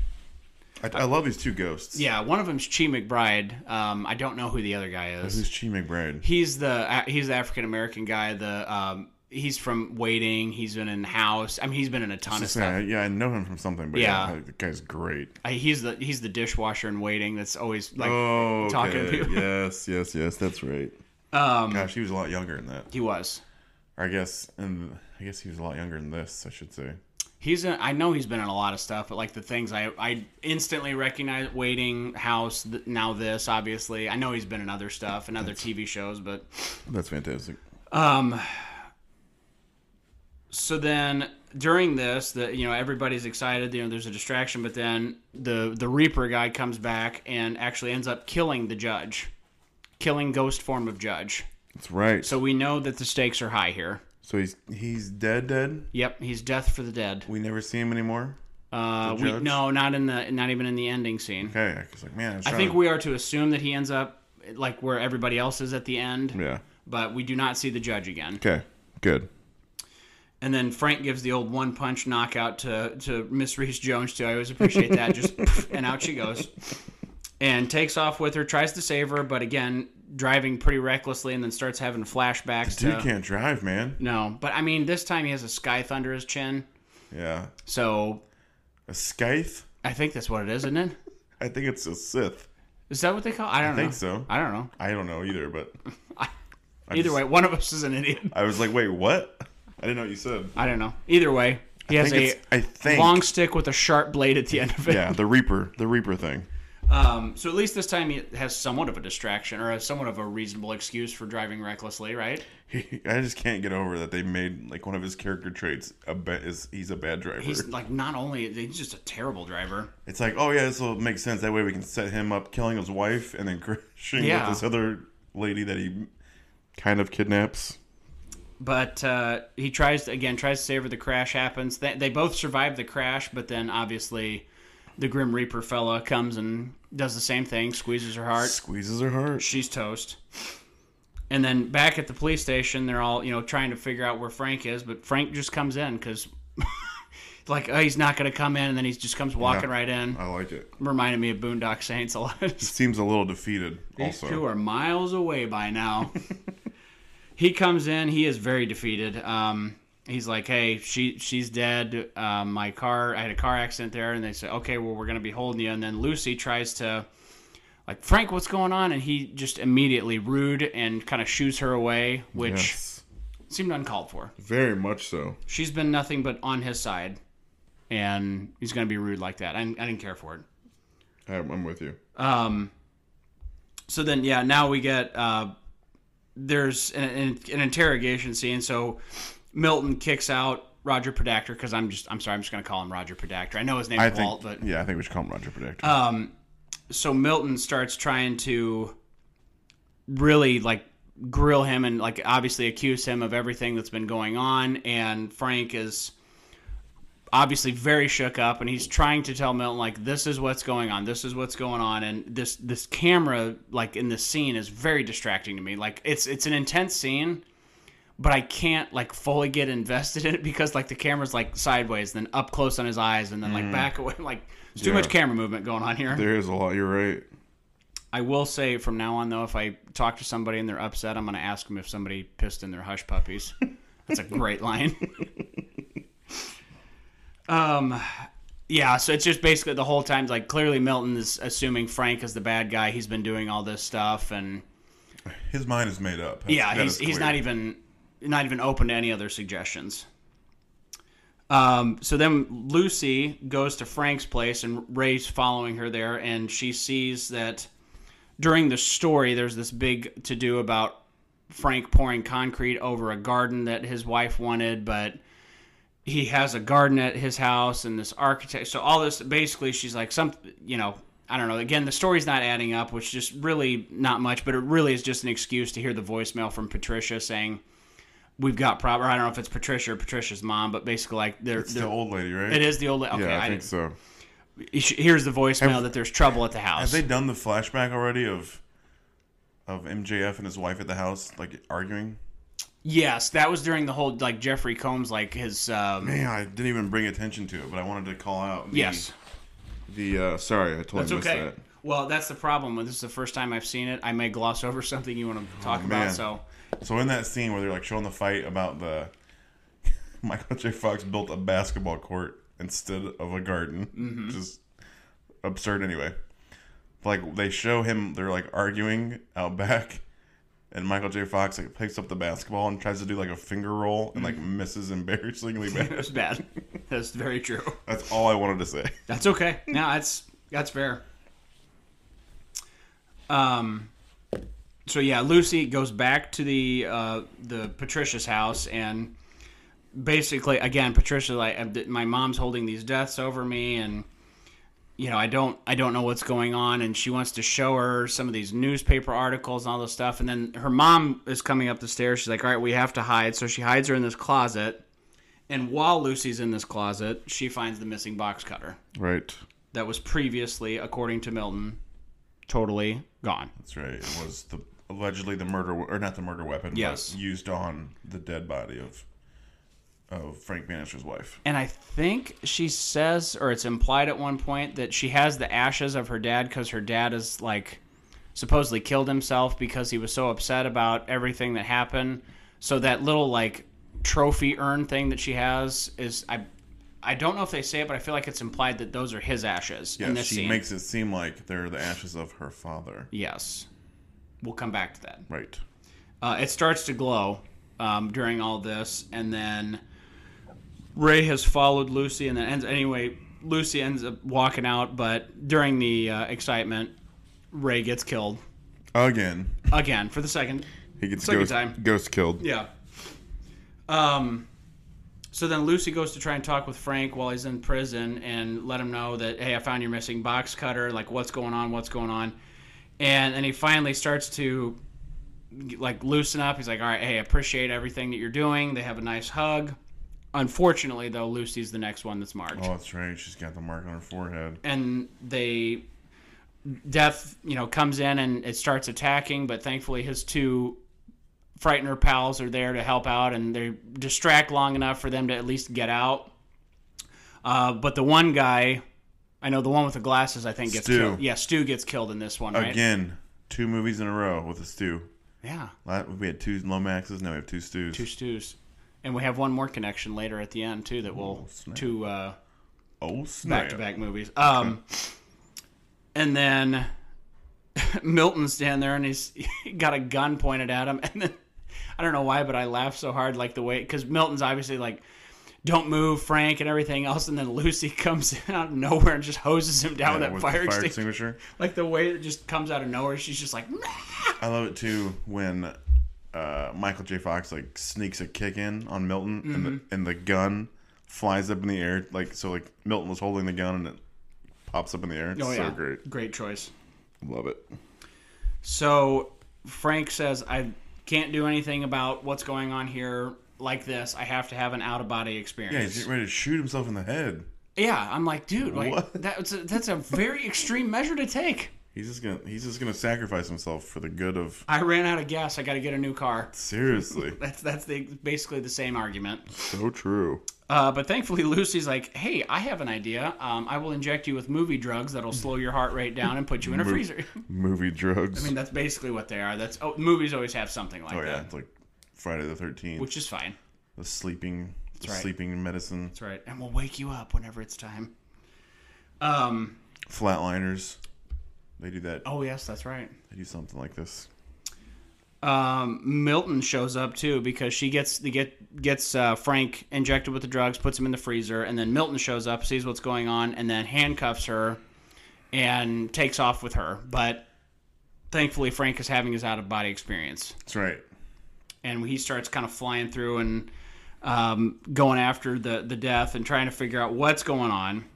I, I love these two ghosts. Yeah, one of them's Chi McBride. Um, I don't know who the other guy is. who's Chi McBride? He's the uh, he's the African American guy. The um, he's from Waiting. He's been in House. I mean, he's been in a ton of Just stuff. saying, yeah, I know him from something, but yeah, Yeah. like, the guy's great. I, he's the he's the dishwasher in Waiting. That's always like Oh, okay. talking to people. yes, yes, yes, that's right. Um, Gosh, he was a lot younger than that. He was. Or I guess, and I guess he was a lot younger than this. I should say. He's in, I know he's been in a lot of stuff, but like the things I I instantly recognize Waiting, House, th- now this obviously. I know he's been in other stuff and other TV shows, but That's fantastic. so then during this, the you know everybody's excited, you know there's a distraction, but then the the Reaper guy comes back and actually ends up killing the judge. Killing ghost form of judge. That's right. So we know that the stakes are high here. so he's he's dead, dead. Yep, he's death for the dead. We never see him anymore. The Uh, we, judge? no, not in the not even in the ending scene. Okay, uh, I was like, man, I, was I trying think to- we are to assume that he ends up like where everybody else is at the end, Yeah. but we do not see the judge again. Okay. Good. And then Frank gives the old one punch knockout to, to Miss Reese Jones, too. I always appreciate that. Just pff, and out she goes. And takes off with her, tries to save her, but again, driving pretty recklessly and then starts having flashbacks. Dude to, can't drive, man. No, but I mean, this time he has a sky thunder his chin. Yeah. So A scythe. I think that's what it is, isn't it? I think it's a Sith. Is that what they call it? I don't know. think so. I don't know. I don't know either, but Either just- way, one of us is an idiot. I was like, wait, what? I didn't know what you said. I don't know. Either way, Uh, he I has think a it's- I think- long stick with a sharp blade at the end of it. Yeah, the Reaper, the Reaper thing. Um, so at least this time he has somewhat of a distraction or somewhat of a reasonable excuse for driving recklessly, right? I just can't get over that they made like one of his character traits a ba- is he's a bad driver. He's like not only he's just a terrible driver. It's like, oh yeah, this will make sense. That way we can set him up killing his wife and then crashing Yeah. with this other lady that he kind of kidnaps. but uh, he tries to, again tries to save her. The crash happens. They, they both survive the crash, but then obviously the Grim Reaper fella comes and does the same thing, squeezes her heart. Squeezes her heart. She's toast. And then back at the police station, they're all you know trying to figure out where Frank is, but Frank just comes in because like oh, he's not going to come in, and then he just comes walking Yeah. right in. I like it. Reminded me of Boondock Saints a lot. Seems a little defeated. These also, two are miles away by now. he comes in. He is very defeated. Um, he's like, "Hey, she she's dead. Uh, my car. I had a car accident there." And they say, "Okay, well, we're gonna be holding you." And then Lucy tries to, like, Frank, what's going on? And he just immediately rude and kind of shoos her away, which yes, seemed uncalled for. very much so. She's been nothing but on his side, and he's gonna be rude like that. I, I didn't care for it. I'm, I'm with you. so then yeah now we get uh there's an, an, an interrogation scene so milton kicks out roger predactor because i'm just i'm sorry i'm just going to call him roger predactor i know his name's I walt think, but yeah, I think we should call him Roger Predictor. so milton starts trying to really like grill him and like obviously accuse him of everything that's been going on and frank is obviously very shook up and he's trying to tell Milton like this is what's going on this is what's going on and this this camera like in this scene is very distracting to me like it's it's an intense scene but I can't like fully get invested in it because like the camera's like sideways then up close on his eyes and then like back away like there's too Yeah. much camera movement going on here there is a lot. You're right. I will say from now on though if I talk to somebody and they're upset I'm going to ask them if somebody pissed in their hush puppies that's a great line Um, Yeah, so it's just basically the whole time. Like clearly, Milton is assuming Frank is the bad guy. He's been doing all this stuff, and His mind is made up. That's- yeah, that he's is he's clear. not even not even open to any other suggestions. Um, so then Lucy goes to Frank's place, and Ray's following her there, and she sees that during the story, there's this big to do about Frank pouring concrete over a garden that his wife wanted, but he has a garden at his house and this architect. So all this basically, she's like some, you know, I don't know. Again, the story's not adding up, which just really not much, but it really is just an excuse to hear the voicemail from Patricia saying, "We've got prob." Or I don't know if it's Patricia or Patricia's mom, but basically, like they're, It's they're the old lady, right? it is the old. Okay, yeah, I, I, think so. here's the voicemail that there's trouble at the Have house. they done the flashback already of of MJF and his wife at the house, like arguing? yes, that was during the whole like Jeffrey Combs, like his. Um, Man, I didn't even bring attention to it, but I wanted to call out. The, yes, The uh, sorry, I totally that's missed okay. that. Well, that's the problem. This is the first time I've seen it. I may gloss over something you want to talk about. man. So So in that scene where they're like showing the fight about the Michael J. Fox built a basketball court instead of a garden, just absurd anyway. Like they show him, they're like arguing out back, and Michael J. Fox like picks up the basketball and tries to do like a finger roll and like misses embarrassingly bad. it's bad. that's very true. That's all I wanted to say. That's okay. No, that's that's fair. Um. So yeah, Lucy goes back to the uh, the Patricia's house and basically again Patricia like I'm- my mom's holding these deaths over me and you know I don't I don't know what's going on and she wants to show her some of these newspaper articles and all this stuff and then her mom is coming up the stairs she's like all right we have to hide so she hides her in this closet and while Lucy's in this closet she finds the missing box cutter Right. that was previously according to Milton totally gone That's right. It was the allegedly the murder or not the murder weapon. but Yes. used on the dead body of of Frank Bannister's wife. And I think she says, or it's implied at one point, that she has the ashes of her dad because her dad is like supposedly killed himself because he was so upset about everything that happened. So that little like trophy urn thing that she has is I. I don't know if they say it, but I feel like it's implied that those are his ashes in Yeah, this she scene. makes it seem like they're the ashes of her father. yes, we'll come back to that. Right. Uh, it starts to glow um, during all this, and then Ray has followed Lucy, and then ends anyway. Lucy ends up walking out, but during the uh, excitement, Ray gets killed Again, again for the second he gets Second ghost, time. ghost killed. Yeah. Um. So then Lucy goes to try and talk with Frank while he's in prison and let him know that hey, I found your missing box cutter. Like, what's going on? What's going on? And and he finally starts to like loosen up. He's like, all right, hey, I appreciate everything that you're doing. They have a nice hug. Unfortunately, though, Lucy's the next one that's marked Oh, that's right. She's got the mark on her forehead. and they death you know comes in and it starts attacking but thankfully his two frightener pals are there to help out and they distract long enough for them to at least get out uh, but the one guy i know the one with the glasses i think gets Stu. killed yeah stu gets killed in this one right Again, two movies in a row with a stew. yeah La- We had two Lomaxes. Now we have two stews. two stews and we have one more connection later at the end too that will to uh, oh snap! back to back movies. Um, and then Milton's standing there and he's he got a gun pointed at him, and then I don't know why, but I laughed so hard like the way because Milton's obviously like. Don't move, Frank, and everything else. And then Lucy comes out of nowhere and just hoses him Yeah, down with that with the fire, extinguisher. extinguisher. Like the way it just comes out of nowhere, she's just like, I love it too when uh, Michael J. Fox like sneaks a kick in on Milton, and, Mm-hmm. the, and the gun flies up in the air. Like so, like Milton was holding the gun, and it pops up in the air. It's "Oh so yeah, great. great choice." Love it. So Frank says, I can't do anything about what's going on here like this. I have to have an out of body experience. Yeah, he's getting ready to shoot himself in the head. Yeah, I'm like, dude, like, What? that's a, that's a very extreme measure to take. He's just gonna he's just gonna sacrifice himself for the good of I ran out of gas. I got to get a new car. seriously. That's that's the, basically the same argument. so true. Uh, but thankfully, Lucy's like, hey, I have an idea. Um, I will inject you with movie drugs that'll slow your heart rate down and put you in a freezer. Movie drugs. I mean, that's basically what they are. That's oh, movies always have something like oh yeah, that, it's like Friday the Thirteenth. which is fine. the sleeping the right. sleeping medicine That's right, and we'll wake you up whenever it's time. Um. flatliners. They do that. Oh yes, that's right. They do something like this. um, Milton shows up too because she gets the get gets uh, Frank injected with the drugs, puts him in the freezer, and then Milton shows up, sees what's going on, and then handcuffs her and takes off with her. But thankfully, Frank is having his out of body experience, That's right. and he starts kind of flying through and um, going after the the death and trying to figure out what's going on.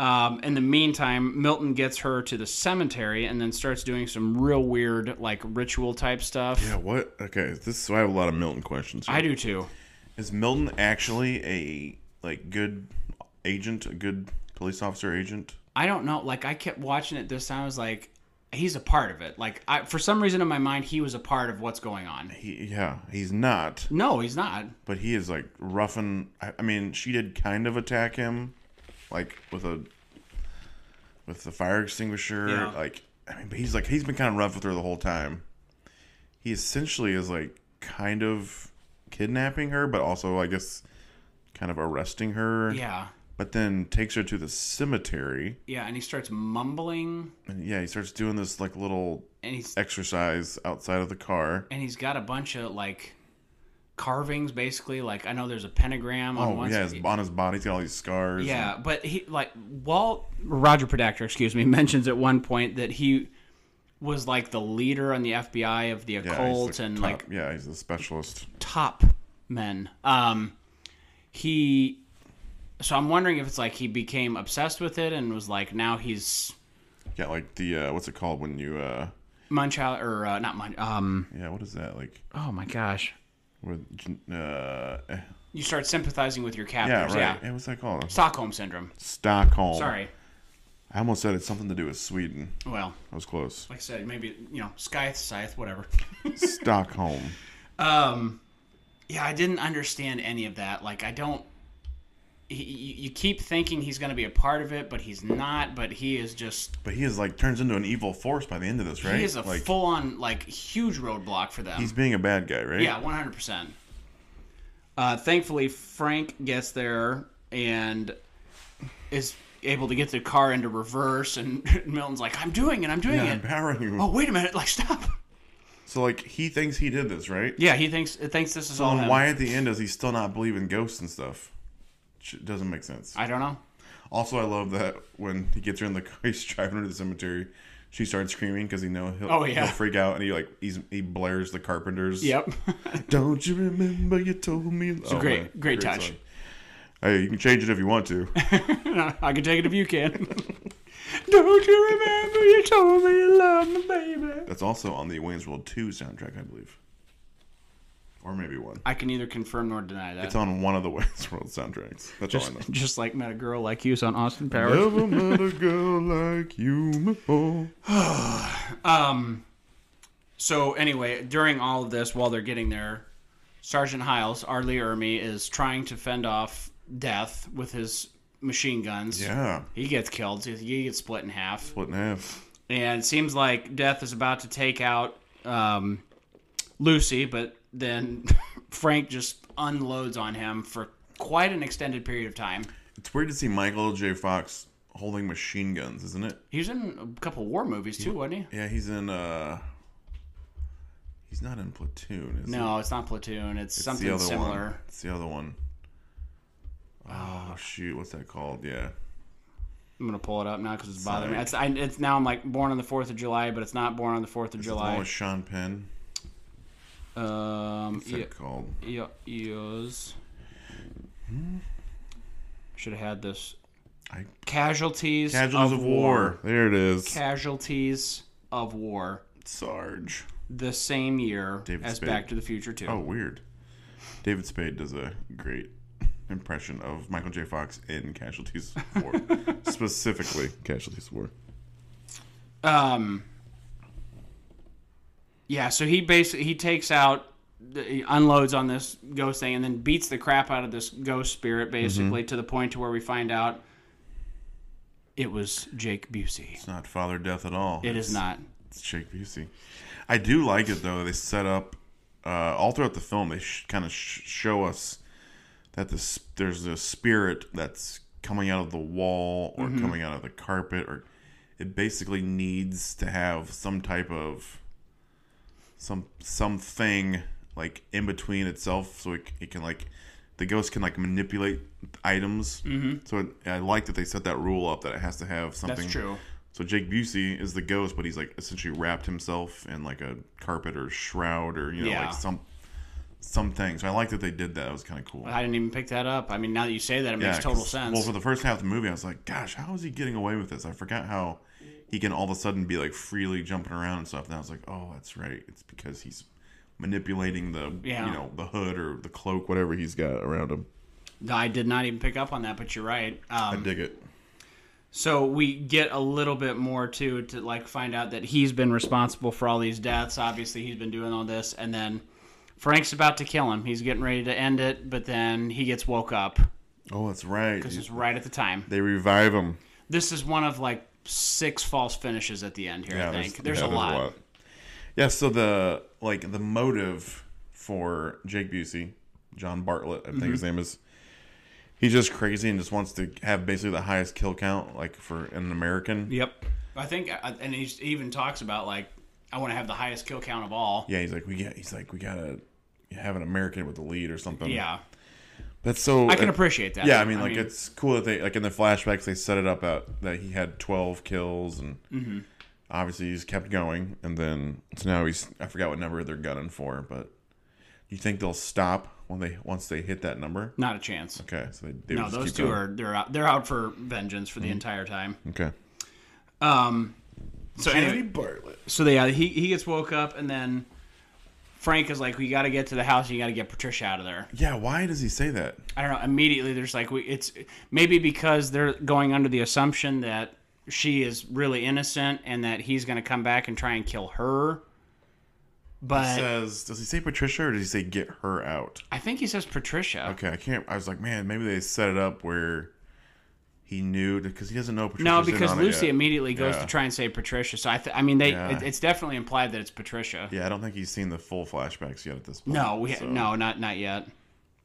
Um, in the meantime, Milton gets her to the cemetery and then starts doing some real weird, like ritual type stuff. Yeah, what? Okay, this so I have a lot of Milton questions. Here. I do too. Is Milton actually a like good agent, a good police officer agent? I don't know. Like I kept watching it this time. I was like, he's a part of it. Like I, for some reason in my mind, he was a part of what's going on. He, yeah, he's not, No, he's not. but he is like roughing. I, I mean, she did kind of attack him, like with a with the fire extinguisher. Yeah. Like, I mean, but he's like he's been kind of rough with her the whole time. He essentially is like kind of kidnapping her, but also I guess kind of arresting her. Yeah, But then takes her to the cemetery. yeah. And he starts mumbling, And yeah, he starts doing this like little and he's exercise outside of the car. and he's got a bunch of like carvings, basically. Like I know there's a pentagram on Oh one. yeah, side. his, on his body, he's got all these scars. Yeah, but he like Walt Roger Podactor, excuse me, mentions at one point that he was like the leader on the FBI of the yeah, occult he's, and top- like yeah, he's a specialist. top men. Um, he. So I'm wondering if it's like he became obsessed with it and was like now he's Yeah, like the uh, what's it called when you uh, Munchausen or uh, not Munch. Um, yeah, what is that like? oh my gosh. With uh, eh, You start sympathizing with your yeah, captors. right. Yeah. Yeah, what's that called? Stockholm syndrome. Stockholm. Sorry. I almost said it's something to do with Sweden. Well, I was close. like I said, maybe you know, Scythe, Scythe, whatever. Stockholm. Um, yeah, I didn't understand any of that. Like, I don't. He, you you keep thinking he's going to be a part of it, but he's not. But he is just But he is like turns into an evil force by the end of this, right? He is a like full on like huge roadblock for them. he's being a bad guy, right? yeah, one hundred percent. Uh, Thankfully, Frank gets there and is able to get the car into reverse. And Milton's like, "I'm doing it. I'm doing Yeah, it." empowering you. Oh, wait a minute! Like, stop. So like he thinks he did this, right? Yeah, he thinks thinks this is all And him. why at the end does he still not believe in ghosts and stuff? Sh- Doesn't make sense. I don't know. Also, I love that when he gets her in the car, he's driving her to the cemetery. She starts screaming because he know he'll, Oh, yeah. he'll freak out, and he like he's, he blares the Carpenters. Yep. Don't you remember you told me? Oh, It's great- great touch. Hey, you can change it if you want to. I can take it if you can. Don't you remember you told me you loved me, baby? That's also on the Wayne's World 2 soundtrack, I believe. Or maybe one. I can neither confirm nor deny that. It's on one of the Wayne's World soundtracks. That's all I just, know. just like met a girl like you on Austin Powers. Never met a girl like you before. So anyway, during all of this, while they're getting there, Sergeant Hiles, Arlie Ermy, is trying to fend off death with his machine guns. Yeah. He gets killed. He gets split in half. Split in half. And it seems like Death is about to take out um, Lucy, but then Frank just unloads on him for quite an extended period of time. It's weird to see Michael J. Fox holding machine guns, isn't it? He was in a couple war movies too, wasn't he? Yeah, he's in, uh. He's not in Platoon, is he? No, it's not Platoon. It's, It's something similar. One. It's the other one. Oh, shoot. What's that called? Yeah. I'm gonna pull it up now because it's bothering me. Sorry. It's, I, it's now I'm like born on the Fourth of July, but it's not born on the Fourth of Is it the one July. with Sean Penn. Um, E-, What's yeah, that called? yeah, yes. Should have had this. I- Casualties, Casualties of, war. There it is. Casualties of war. Sarge. The same year David as Spade. Back to the Future Two. Oh, weird. David Spade does a great impression of Michael J. Fox in Casualties of War, specifically Casualties of War. Um. Yeah, so he basically he takes out, he unloads on this ghost thing, and then beats the crap out of this ghost spirit, Mm-hmm. basically to the point to where we find out it was Jake Busey. It's not Father Death at all. It is not. It's Jake Busey. I do like it though. They set up uh, all throughout the film. They sh- kind of sh- show us that this there's a spirit that's coming out of the wall or coming out of the carpet, or it basically needs to have some type of some something like in between itself, so it, it can like the ghost can like manipulate items. Mm-hmm. So it, I like that they set that rule up that it has to have something. true. So Jake Busey is the ghost, but he's like essentially wrapped himself in like a carpet or shroud or you know Yeah. like some something. So I like that they did that. It was kind of cool. I didn't even pick that up. I mean, now that you say that, it makes total 'cause- sense. Well, for the first half of the movie, I was like, "Gosh, how is he getting away with this?" I forgot how he can all of a sudden be like freely jumping around and stuff. And I was like, "Oh, that's right. It's because he's manipulating the Yeah. you know the hood or the cloak, whatever he's got around him." I did not even pick up on that, but you're right. I Um, dig it. So we get a little bit more too to like find out that he's been responsible for all these deaths. Obviously, he's been doing all this, and then Frank's about to kill him. He's getting ready to end it, but then he gets woke up Oh, that's right. because it's right at the time. They revive him. This is one of like six false finishes at the end here. I think there's, yeah, a, lot. Yeah, so the like the motive for Jake Busey, John Bartlett, I think Mm-hmm. his name is. He's just crazy and just wants to have basically the highest kill count, like for an American. Yep. I think, I- and he's- he even talks about like I want to have the highest kill count of all. Yeah, he's like we get. He's like we gotta have an American with the lead or something. Yeah, that's so. I can appreciate that. Yeah, I mean, like it's cool that they like in the flashbacks they set it up out that he had twelve kills and Mm-hmm. obviously he's kept going and then so now he's I forgot what number they're gunning for, but you think they'll stop when they once they hit that number? not a chance. Okay, so they, they No, would just those keep two going. Mm-hmm. are they're out, they're out for vengeance for the entire time. okay. Um, so anyway, Bartlett. so they, uh, he he gets woke up, and then Frank is like, "We got to get to the house. You got to get Patricia out of there." Yeah, why does he say that? I don't know. Immediately, there's like, we, it's maybe because they're going under the assumption that she is really innocent and that he's going to come back and try and kill her. But Says does he say Patricia or does he say get her out? I think he says Patricia. Okay, I can't. I was like, man, maybe they set it up where he knew because he doesn't know Patricia's No, in because on it Lucy yet. immediately goes Yeah. to try and say Patricia. So I, th- I mean, they Yeah. it, it's definitely implied that it's Patricia. Yeah, I don't think he's seen the full flashbacks yet at this point. No, we so- no, not not yet.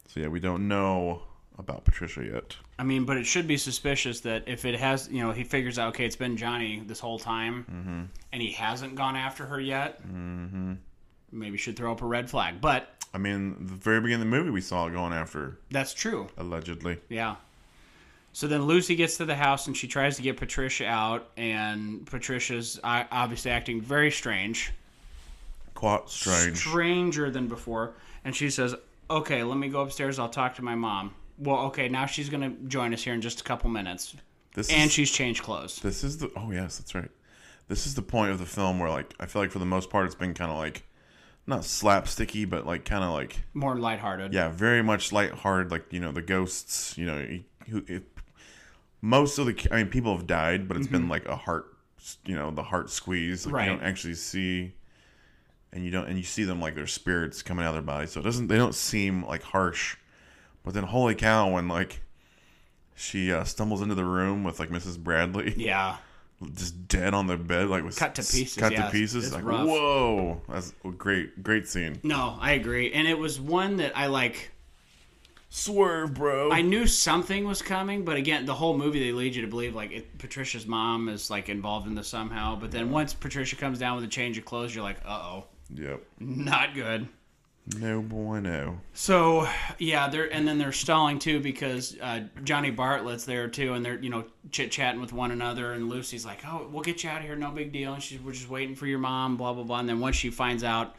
So yeah, we don't know about Patricia yet. I mean, but it should be suspicious that if it has, you know, he figures out, okay, it's been Johnny this whole time, and he hasn't gone after her yet. Mm-hmm. Maybe should throw up a red flag. But I mean, the very beginning of the movie, we saw it going after that's true. allegedly. Yeah. So then Lucy gets to the house and she tries to get Patricia out, and Patricia's uh, obviously acting very strange, Quite strange. stranger than before. And she says, "Okay, let me go upstairs. I'll talk to my mom." Well, okay, now she's gonna join us here in just a couple minutes, This and is, she's changed clothes. This is the oh yes, that's right. This is the point of the film where like I feel like for the most part it's been kind of like not slapsticky, but like kind of like More lighthearted. yeah, very much lighthearted. Like you know the ghosts. You know you- who it, most of the I mean people have died, but it's been like a heart. You know the heart squeeze. Like, You Mm-hmm. Right. don't actually see. And you don't, and you see them like their spirits coming out of their body, so it doesn't. They don't seem like harsh, but then holy cow, when like she uh, stumbles into the room with like Mrs. Bradley, Yeah. just dead on the bed, like was Cut to pieces, Cut yeah, to pieces. it's like rough. whoa, that's a great, great scene. No, I agree. And it was one that I like. Swerve, bro. I knew something was coming, but again, the whole movie they lead you to believe like it, Patricia's mom is like involved in this somehow. But then once Patricia comes down with a change of clothes, you're like, uh oh, yep. not good. No bueno. So yeah, they're and then they're stalling too because uh, Johnny Bartlett's there too, and they're you know chit chatting with one another. And Lucy's like, "Oh, we'll get you out of here, no big deal." And she's we're just waiting for your mom, blah blah blah. And then once she finds out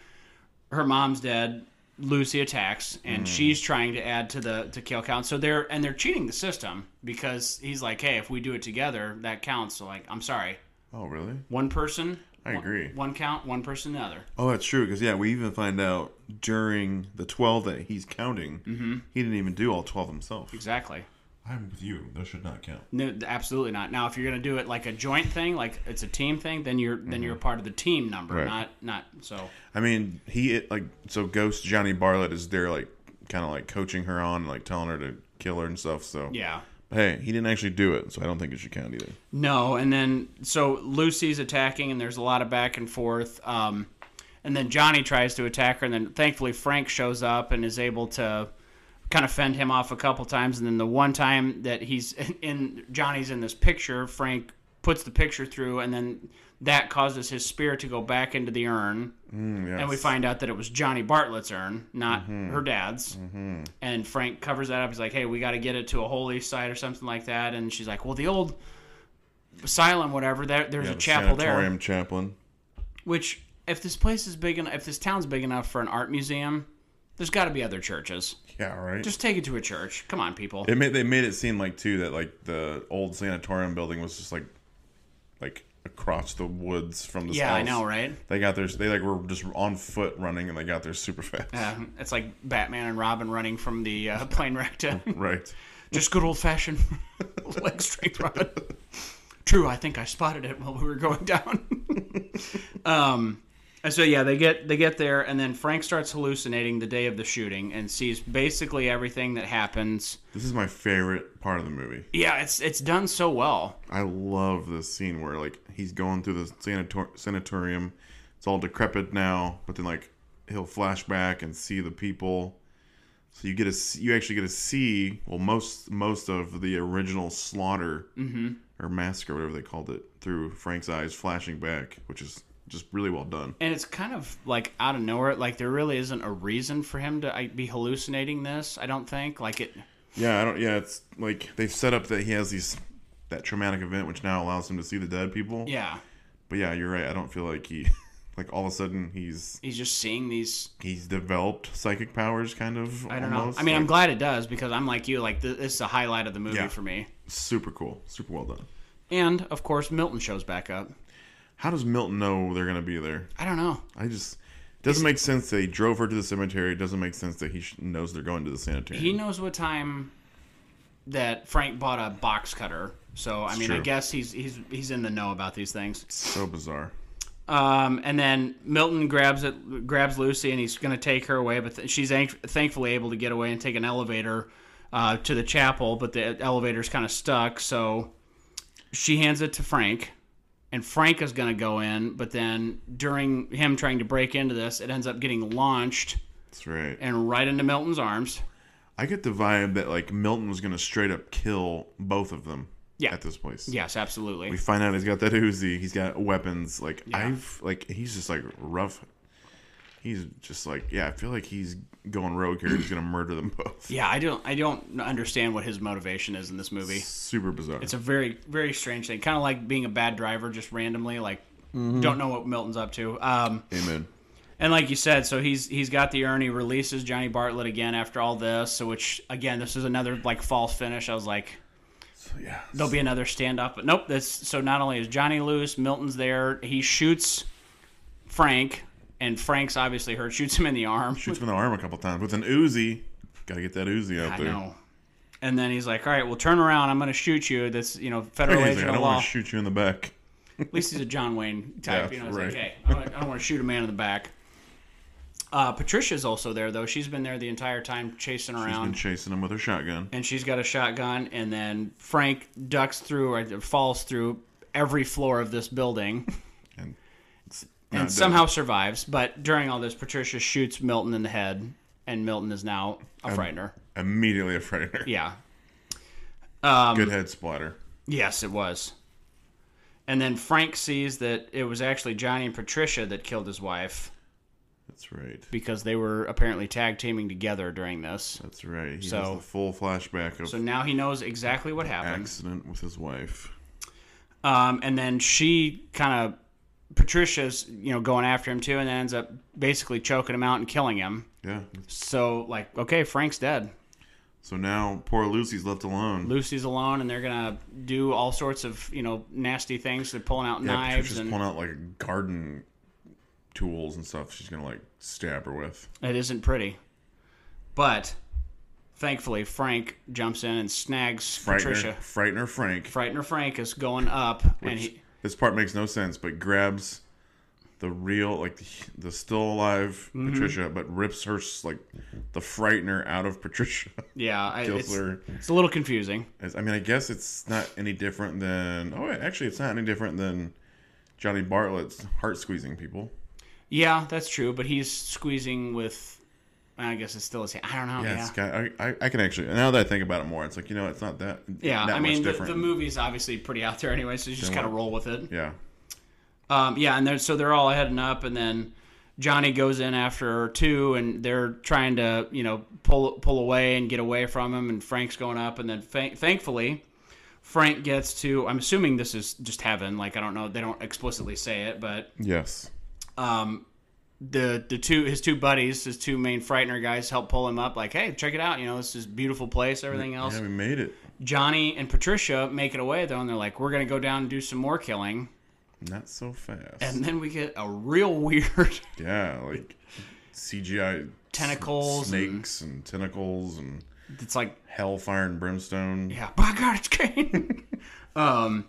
her mom's dead, Lucy attacks, and Mm. she's trying to add to the to kill count. So they're and they're cheating the system because he's like, "Hey, if we do it together, that counts." So like, I'm sorry, Oh really? one person. I agree. One, one count, one person, the other. Oh, that's true. Because yeah, we even find out during the twelve that he's counting, Mm-hmm. he didn't even do all twelve himself. Exactly. I'm with you. Those should not count. No, th- absolutely not. Now, if you're going to do it like a joint thing, like it's a team thing, then you're then you're a part of the team number, Right. not not so. I mean, he it, like so Ghost Johnny Bartlett is there, like kind of like coaching her on, like telling her to kill her and stuff. So Yeah. Hey, he didn't actually do it, so I don't think it should count either. No, and then so Lucy's attacking, and there's a lot of back and forth. Um, and then Johnny tries to attack her, and then thankfully Frank shows up and is able to kind of fend him off a couple times. And then the one time that he's in, Johnny's in this picture, Frank puts the picture through, and then that causes his spirit to go back into the urn. And we find out that it was Johnny Bartlett's urn, not Mm-hmm. her dad's. And Frank covers that up. He's like, "Hey, we got to get it to a holy site or something like that." And she's like, "Well, the old asylum, whatever. There, there's Yeah, a the chapel there." sanatorium chaplain. Which, if this place is big enough, if this town's big enough for an art museum, there's got to be other churches. Yeah, right. Just take it to a church. Come on, people. It made they made it seem like too that like the old sanatorium building was just like like across the woods from this yeah, I house. know, right? They got their they like were just on foot running and they got there super fast. Uh, it's like Batman and Robin running from the uh, plane wreck to Right. just good old fashioned leg strength Robin. True, I think I spotted it while we were going down. um, and so yeah, they get they get there, and then Frank starts hallucinating the day of the shooting and sees basically everything that happens. This is my favorite part of the movie. Yeah, it's it's done so well. I love this scene where like he's going through the sanator- sanatorium. It's all decrepit now, but then like he'll flash back and see the people. So you get a s- you actually get to see well most most of the original slaughter or massacre whatever they called it through Frank's eyes flashing back, which is just really well done. and it's kind of like out of nowhere. Like there really isn't a reason for him to I, be hallucinating this. I don't think. Like it. Yeah, I don't. Yeah, it's like they've set up that he has these that traumatic event, which now allows him to see the dead people. Yeah, But yeah, you're right. I don't feel like he like all of a sudden he's he's just seeing these. he's developed psychic powers, kind of. I don't almost. know. I mean, I'm Like, glad it does because I'm like you. Like th- this is the highlight of the movie Yeah. for me. super cool, super well done. And of course, Milton shows back up. How does Milton know they're gonna be there? I don't know. I just it doesn't make sense. They drove her to the cemetery. It doesn't make sense that he sh- knows they're going to the sanitarium. He knows what time that Frank bought a box cutter. So I mean, I true. guess he's he's he's in the know about these things. so bizarre. Um, and then Milton grabs it, grabs Lucy, and he's going to take her away. But th- she's anx- thankfully able to get away and take an elevator uh, to the chapel. But the elevator's kind of stuck, so she hands it to Frank, and Frank is going to go in. But then during him trying to break into this, it ends up getting launched That's right. and right into Milton's arms. I get the vibe that like Milton was gonna straight up kill both of them. Yeah. At this place. Yes, absolutely. We find out he's got that Uzi. He's got weapons. Like I've like he's just like rough. he's just like, yeah, I feel like he's going rogue here. He's gonna murder them both. Yeah, I don't I don't understand what his motivation is in this movie. Super bizarre. It's a very very strange thing, kind of like being a bad driver just randomly like don't know what Milton's up to. Um, Amen. and like you said, so he's he's got the urn. He releases Johnny Bartlett again after all this. So which again, this is another like false finish. I was like, Yeah. there'll be another stand up, but nope. That's so not only is Johnny loose, Milton's there. He shoots Frank, and Frank's obviously hurt. Shoots him in the arm. Shoots him in the arm a couple times with an Uzi. Gotta get that Uzi out I there. know. And then he's like, "All right, well, turn around. I'm going to shoot you." That's you know federal He's like, agent I of don't law. want to shoot you in the back. At least he's a John Wayne type. Yeah, you know, he's like, right. "Hey, I don't, I don't want to shoot a man in the back." Uh, Patricia's also there though. She's been there the entire time, chasing He's around, been chasing him with her shotgun. and she's got a shotgun. And then Frank ducks through or falls through every floor of this building. And it's not and dead. somehow survives. But during all this, Patricia shoots Milton in the head, and Milton is now a frightener. immediately a frightener. Yeah. Um, Good head splatter. Yes, it was. And then Frank sees that it was actually Johnny and Patricia that killed his wife That's right. because they were apparently tag teaming together during this. That's right. He So- has the full flashback of So now he knows exactly what happened. accident with his wife. Um, and then she kind of Patricia's, you know, going after him too, and then ends up basically choking him out and killing him. Yeah. So like, okay, Frank's dead. So now poor Lucy's left alone. Lucy's alone, and they're gonna do all sorts of you know nasty things. They're pulling out yeah, knives, Patricia's and pulling out like garden tools and stuff. She's gonna like stab her with. it isn't pretty. But thankfully, Frank jumps in and snags Frightener, Patricia. Frightener Frank. Frightener Frank is going up, and he, this part makes no sense, but grabs the real, like the, the still alive Mm-hmm. Patricia, but rips her s- like the Frightener out of Patricia. yeah, I, Kills it's, her. it's a little confusing. As- I mean, I guess it's not any different than. Oh, wait, actually, it's not any different than Johnny Bartlett's heart squeezing people. Yeah, that's true, but he's squeezing with. I guess it's still his. hand. I don't know. Yeah, Yeah, It's got, I, I, I can actually. Now that I think about it more, it's like you know, it's not that. yeah. that I much mean, the, different. the movie's obviously pretty out there anyway, so you just Then kind of what? roll with it. Yeah, Um, yeah, and they're, so they're all heading up, and then Johnny goes in after her too, and they're trying to you know pull pull away and get away from him, and Frank's going up, and then fa- thankfully Frank gets to. I'm assuming this is just heaven. Like I don't know, they don't explicitly say it, but um, yes. the the two his two buddies, his two main frightener guys, help pull him up. Like, hey, check it out. You know, this is beautiful place. Everything else. Yeah, we made it. Johnny and Patricia make it away though, and they're like, we're gonna go down and do some more killing, Not so fast. and then we get a real weird. yeah, like CGI s- Tentacles and- snakes, and, tentacles, and it's like hellfire and brimstone. Yeah, by God, it's Kane. um,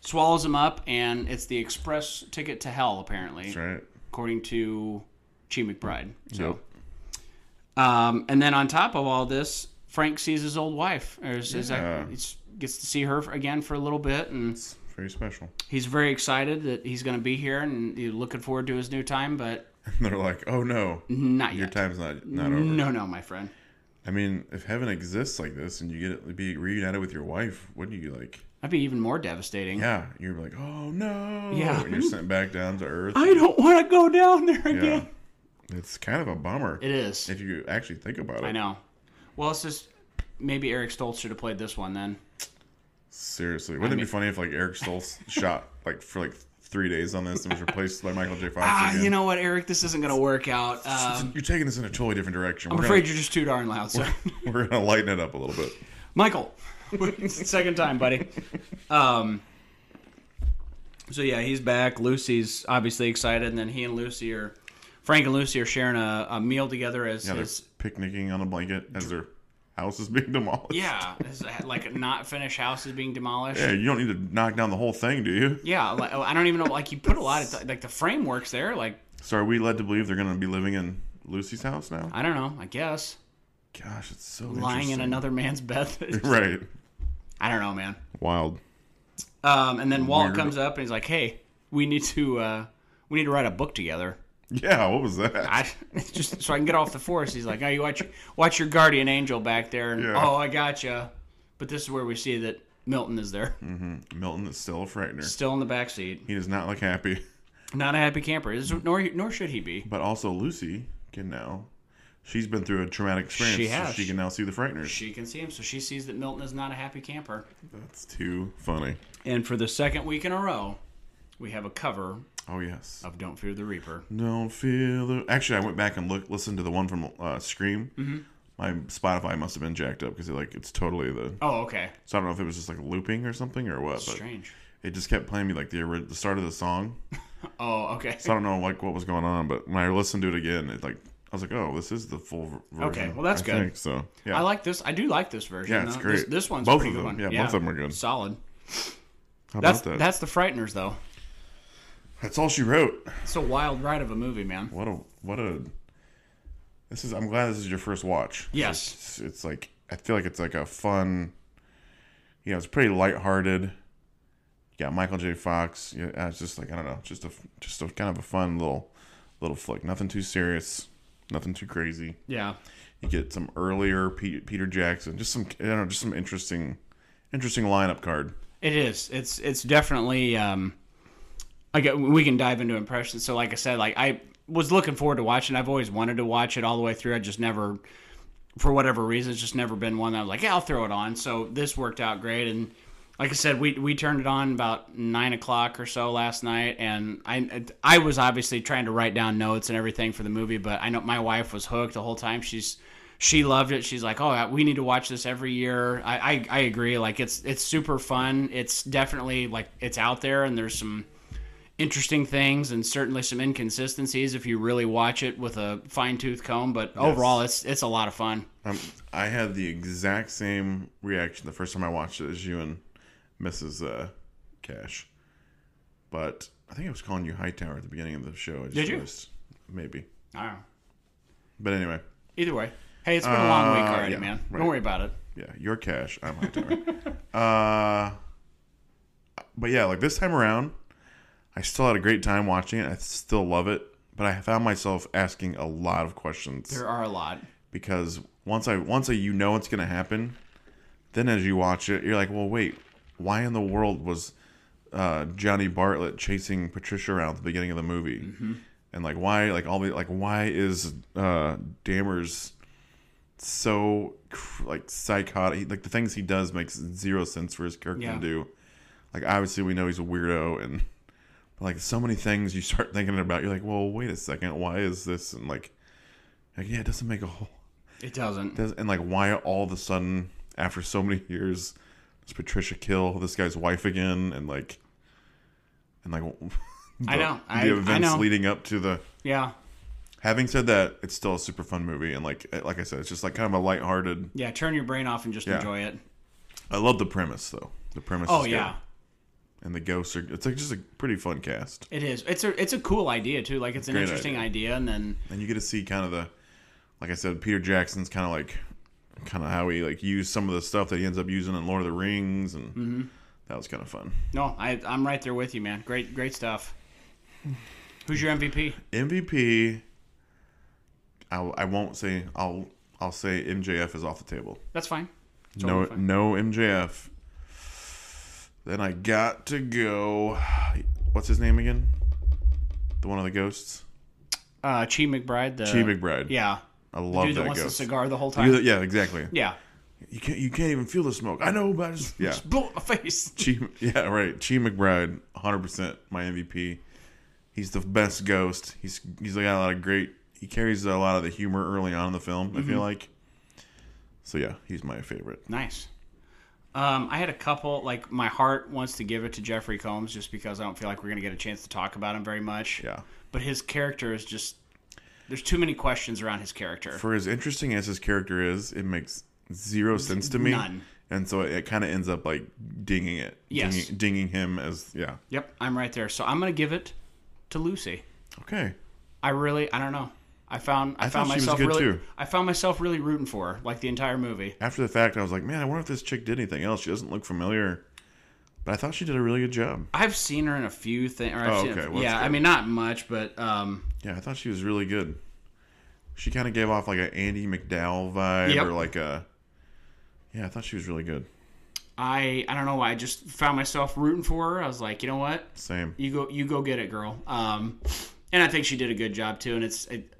swallows him up, and it's the express ticket to hell, apparently, That's right. according to Chi McBride. So, um, and then on top of all this, Frank sees his old wife, or his, his, Yeah. he's- gets to see her again for a little bit, and It's very special. he's very excited that he's going to be here, and he's looking forward to his new time, but And they're like, oh no, not your yet. time's not not over. No, no, my friend. I mean, if heaven exists like this, and you get to be reunited with your wife, wouldn't you like? That'd be even more devastating. Yeah, you're like, oh no. Yeah. and you're sent back down to earth. I don't want to go down there yeah. again. It's kind of a bummer. It is. If you actually think about it. I know. Well, it's just maybe Eric Stoltz should have played this one then. Seriously, wouldn't it mean- be funny if like Eric Stoltz shot like for like three days on this and was replaced by Michael J. Fox? Ah, again? you know what, Eric? This isn't going to work out. Um, you're taking this in a totally different direction. I'm we're afraid gonna, you're just too darn loud. So, we're gonna lighten it up a little bit. Michael, second time, buddy. Um, so yeah, he's back. Lucy's obviously excited, and then he and Lucy are, Frank and Lucy are sharing a, a meal together as Yeah, they're his, picnicking on a blanket as their house is being demolished. yeah, his, like not finished house is being demolished. Yeah, you don't need to knock down the whole thing, do you? Yeah, like, I don't even know. Like you put a lot of th- like the frameworks there. Like So are we led to believe they're gonna be living in Lucy's house now? I don't know. I guess Gosh, it's so lying interesting. in another man's bed. right. I don't know, man. Wild. Um, and then Walt Weird. comes up and he's like, "Hey, we need to uh, we need to write a book together." Yeah, what was that? I it's just so I can get off the force. He's like, "Oh, you watch watch your guardian angel back there." And, Yeah. Oh, I gotcha. But this is where we see that Milton is there, Hmm. Milton is still a frightener. still in the back seat. He does not look happy. Not a happy camper. This is, nor nor should he be. But also Lucy can now. She's been through a traumatic experience, She so has. she can now see the frighteners. She can see him, so she sees that Milton is not a happy camper. That's too funny. And for the second week in a row, we have a cover Oh yes. of "Don't Fear the Reaper." Don't feel the. Actually, I went back and look, listened to the one from uh, Scream. Mm-hmm. My Spotify must have been jacked up because like it's totally the. Oh, okay. So I don't know if it was just like looping or something or what, but Strange. it just kept playing me like the ori- the start of the song. Oh, okay. So I don't know like what was going on, but when I listened to it again, it like I was like, oh, this is the full ver- version. Okay, well, that's I good. think, so yeah, I like this. I do like this version. Yeah, it's though. great. This, this one's a Both pretty of good them. one. Yeah, both of them are good. Solid. How That's about that? that's the frighteners though. That's all she wrote. It's a wild ride of a movie, man. What a what a. This is. I'm glad this is your first watch. Yes. It's, it's like I feel like it's like a fun. You know, it's pretty lighthearted. You got Michael J. Fox. Yeah, uh, it's just like I don't know, just a just a kind of a fun little little flick. Nothing too serious. Nothing too crazy. Yeah. You get some earlier Pe- Peter Jackson. Just some I don't know, just some interesting interesting lineup card. It is. It's it's definitely. Um, I get, we can dive into impressions. So, like I said, like I was looking forward to watching. I've always wanted to watch it all the way through. I just never, for whatever reason, it's just never been one that I'm like, yeah, I'll throw it on. So this worked out great. And like I said, we we turned it on about nine o'clock or so last night, and I I was obviously trying to write down notes and everything for the movie, but I know my wife was hooked the whole time. She's she loved it. She's like, "Oh, we need to watch this every year." I, I, I agree. Like, it's it's super fun. It's definitely like it's out there, and there's some interesting things, and certainly some inconsistencies if you really watch it with a fine tooth comb. But overall, it's it's a lot of fun. Um, I had the exact same reaction the first time I watched it as you and Mrs. Uh, Cash, but I think I was calling you Hightower at the beginning of the show. I just Did you? realized. Maybe, I don't know. but anyway, Either way, hey, it's been a long week Uh, already, yeah, man. right. Don't worry about it. yeah, you're Cash, I'm Hightower. uh, but yeah, like this time around, I still had a great time watching it. I still love it, but I found myself asking a lot of questions. There are a lot. because once I once I, you know it's gonna happen, then as you watch it, you're like, well, wait, why in the world was uh, Johnny Bartlett chasing Patricia around at the beginning of the movie? And like, why, like all the like, why is uh, Dammers so cr- like psychotic? He- Like the things he does makes zero sense for his character Yeah. to do. Like obviously we know he's a weirdo and. but, Like so many things you start thinking about, you're like, well, wait a second, why is this? And like, like yeah, it doesn't make a whole It doesn't. does and like why all of a sudden after so many years does Patricia kill this guy's wife again and like and like the, I know. I- I the events know. leading up to the Yeah. having said that it's still a super fun movie and like eh, like I said it's just like kind of a lighthearted Yeah. Turn your brain off and just enjoy it. I love the premise though the premise Oh is yeah. good. and the ghosts are it's like just a pretty fun cast It is. It's a it's a cool idea too. Like it's an Great interesting idea. and then and you get to see kind of the like I said Peter Jackson's kind of like kind of how he like used some of the stuff that he ends up using in Lord of the Rings and Mm-hmm. that was kind of fun no, I I'm right there with you, man. Great great stuff. Who's your MVP? MVP. I, I won't say I'll I'll say MJF is off the table. That's fine. It's No totally fine. no MJF. Then I got to go. What's his name again? The one of the ghosts. Uh, Chi McBride. The Chi McBride. Yeah. I love Dude that that wants a ghost. cigar the whole You- time. yeah, exactly. Yeah. You can't you can't even feel the smoke. I know, but I just yeah. Just blew up my face. Chi, yeah, right. Chi McBride, 100% my MVP. He's the best ghost. He's he's got a lot of great. He carries a lot of the humor early on in the film. I Mm-hmm. feel like. So yeah, he's my favorite. Nice. Um, I had a couple. Like my heart wants to give it to Jeffrey Combs just because I don't feel like we're gonna get a chance to talk about him very much. Yeah. But his character is just. There's too many questions around his character. For as interesting as his character is, it makes zero sense to me. None. And so it, kind of ends up like dinging it. Yes. Dinging, dinging him as yeah. Yep, I'm right there. So I'm gonna give it to Lucy. Okay. I really, I don't know. I found, I, I found thought she was myself good, really, too. I found myself really rooting for her, like the entire movie. After the fact, I was like, man, I wonder if this chick did anything else. She doesn't look familiar. But I thought she did a really good job. I've seen her in a few things. Oh, okay, okay. well, that's yeah, I good. mean, not much, but um, Yeah, I thought she was really good. She kind of gave off like a Andy McDowell vibe Yep. or like a. Yeah, I thought she was really good. I I don't know why I just found myself rooting for her. I was like, you know what, Same. you go you go get it, girl. Um, and I think she did a good job too. And it's it,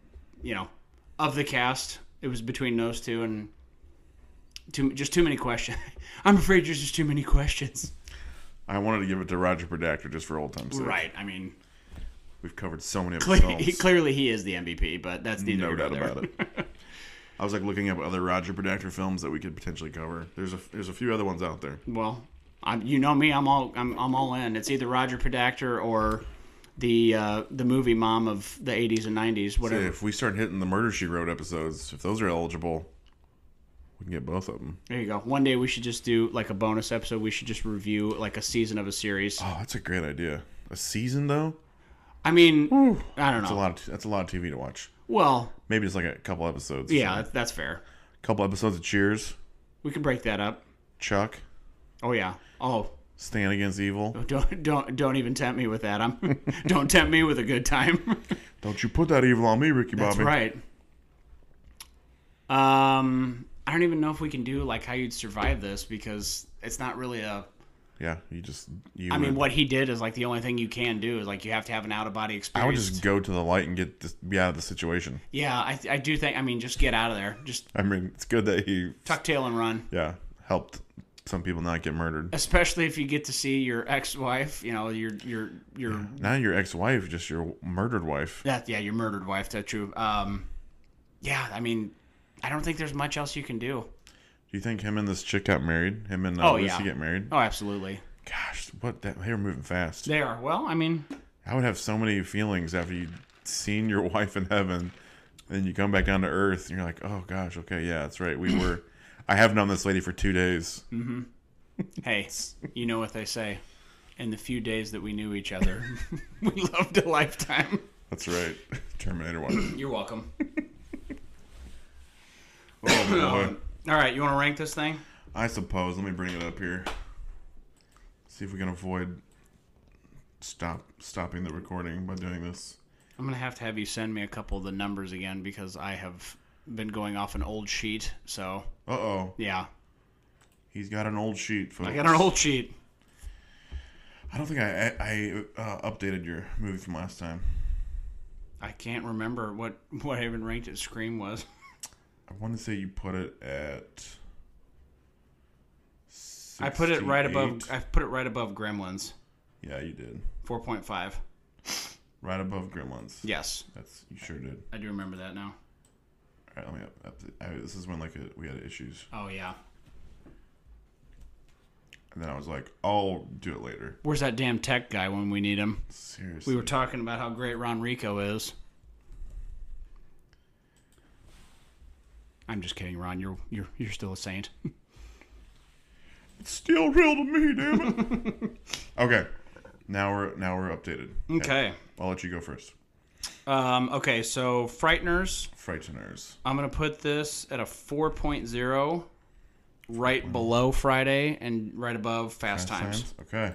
you know, of the cast, it was between those two and too just too many questions. I'm afraid there's just too many questions. I wanted to give it to Roger Predactor just for old time's sake. Right. I mean, We've covered so many of his clearly, films. he, clearly he is the MVP, but that's neither no here nor doubt there. about it. I was like looking up other Roger Predactor films that we could potentially cover. There's a there's a few other ones out there. Well, i you know me, I'm all I'm, I'm all in. It's either Roger Predactor or the uh, the movie mom of the 80s and 90s, whatever. If we start hitting the Murder She Wrote episodes, if those are eligible, we can get both of them. There you go. One day we should just do like a bonus episode. We should just review like a season of a series. Oh, that's a great idea. A season though, I mean, I don't that's a know. lot. Of, that's a lot of TV to watch. Well, Maybe just like a couple episodes. yeah, that- that's fair. a couple episodes of Cheers, We can break that up. Chuck, Oh yeah. Oh, Stand Against Evil. don't don't don't even tempt me with that. I'm don't tempt me with a good time. Don't you put that evil on me, Ricky That's Bobby? right. Um, I don't even know if we can do like how you'd survive this because it's not really a. Yeah, you just you. I mean, would- what he did is like the only thing you can do is like you have to have an out of body experience. I would just go to the light and get this, be out of the situation. yeah, I, I do think. I mean, just get out of there. Just I mean, it's good that he tuck tail and run. yeah helped some people not get murdered. Especially if you get to see your ex-wife, you know your your your Not your ex-wife, just your murdered wife. that yeah your murdered wife. That's true. Um, yeah, I mean, I don't think there's much else you can do. Do you think him and this chick got married? Him and uh, Oh, Lucy yeah. get married? Oh, absolutely. Gosh, what that they were moving fast. They are. Well, I mean, I would have so many feelings after you seen your wife in heaven, and you come back down to earth, and you're like, oh gosh, okay, yeah, that's right. We were. I have known this lady for two days. Hey, you know what they say. In the few days that we knew each other, we loved a lifetime. That's right, Terminator one. You're welcome. oh boy. All right, you want to rank this thing? I suppose. Let me bring it up here. See if we can avoid stop stopping the recording by doing this. I'm going to have to have you send me a couple of the numbers again because I have been going off an old sheet. So, Uh oh, yeah. he's got an old sheet. Folks. I got an old sheet. I don't think I I, I uh, updated your movie from last time. I can't remember what, what I even ranked it Scream was. I want to say you put it at. I put it right above 68. I put it right above Gremlins. Yeah, you did. 4.5. Right above Gremlins. Yes, That's you sure did. I do remember that now. All right, let me up. up I, this is when like uh we had issues, Oh yeah. and then I was like, I'll do it later. Where's that damn tech guy when we need him? Seriously. We were talking about how great Ron Rico is. I'm just kidding, Ron. You're you're you're still a saint. It's still real to me, damn it. okay, now we're now we're updated. Okay. I'll let you go first. Um, okay. So Frighteners. Frighteners. I'm gonna put this at a 4.0, right below Friday and right above Fast, Times. Okay.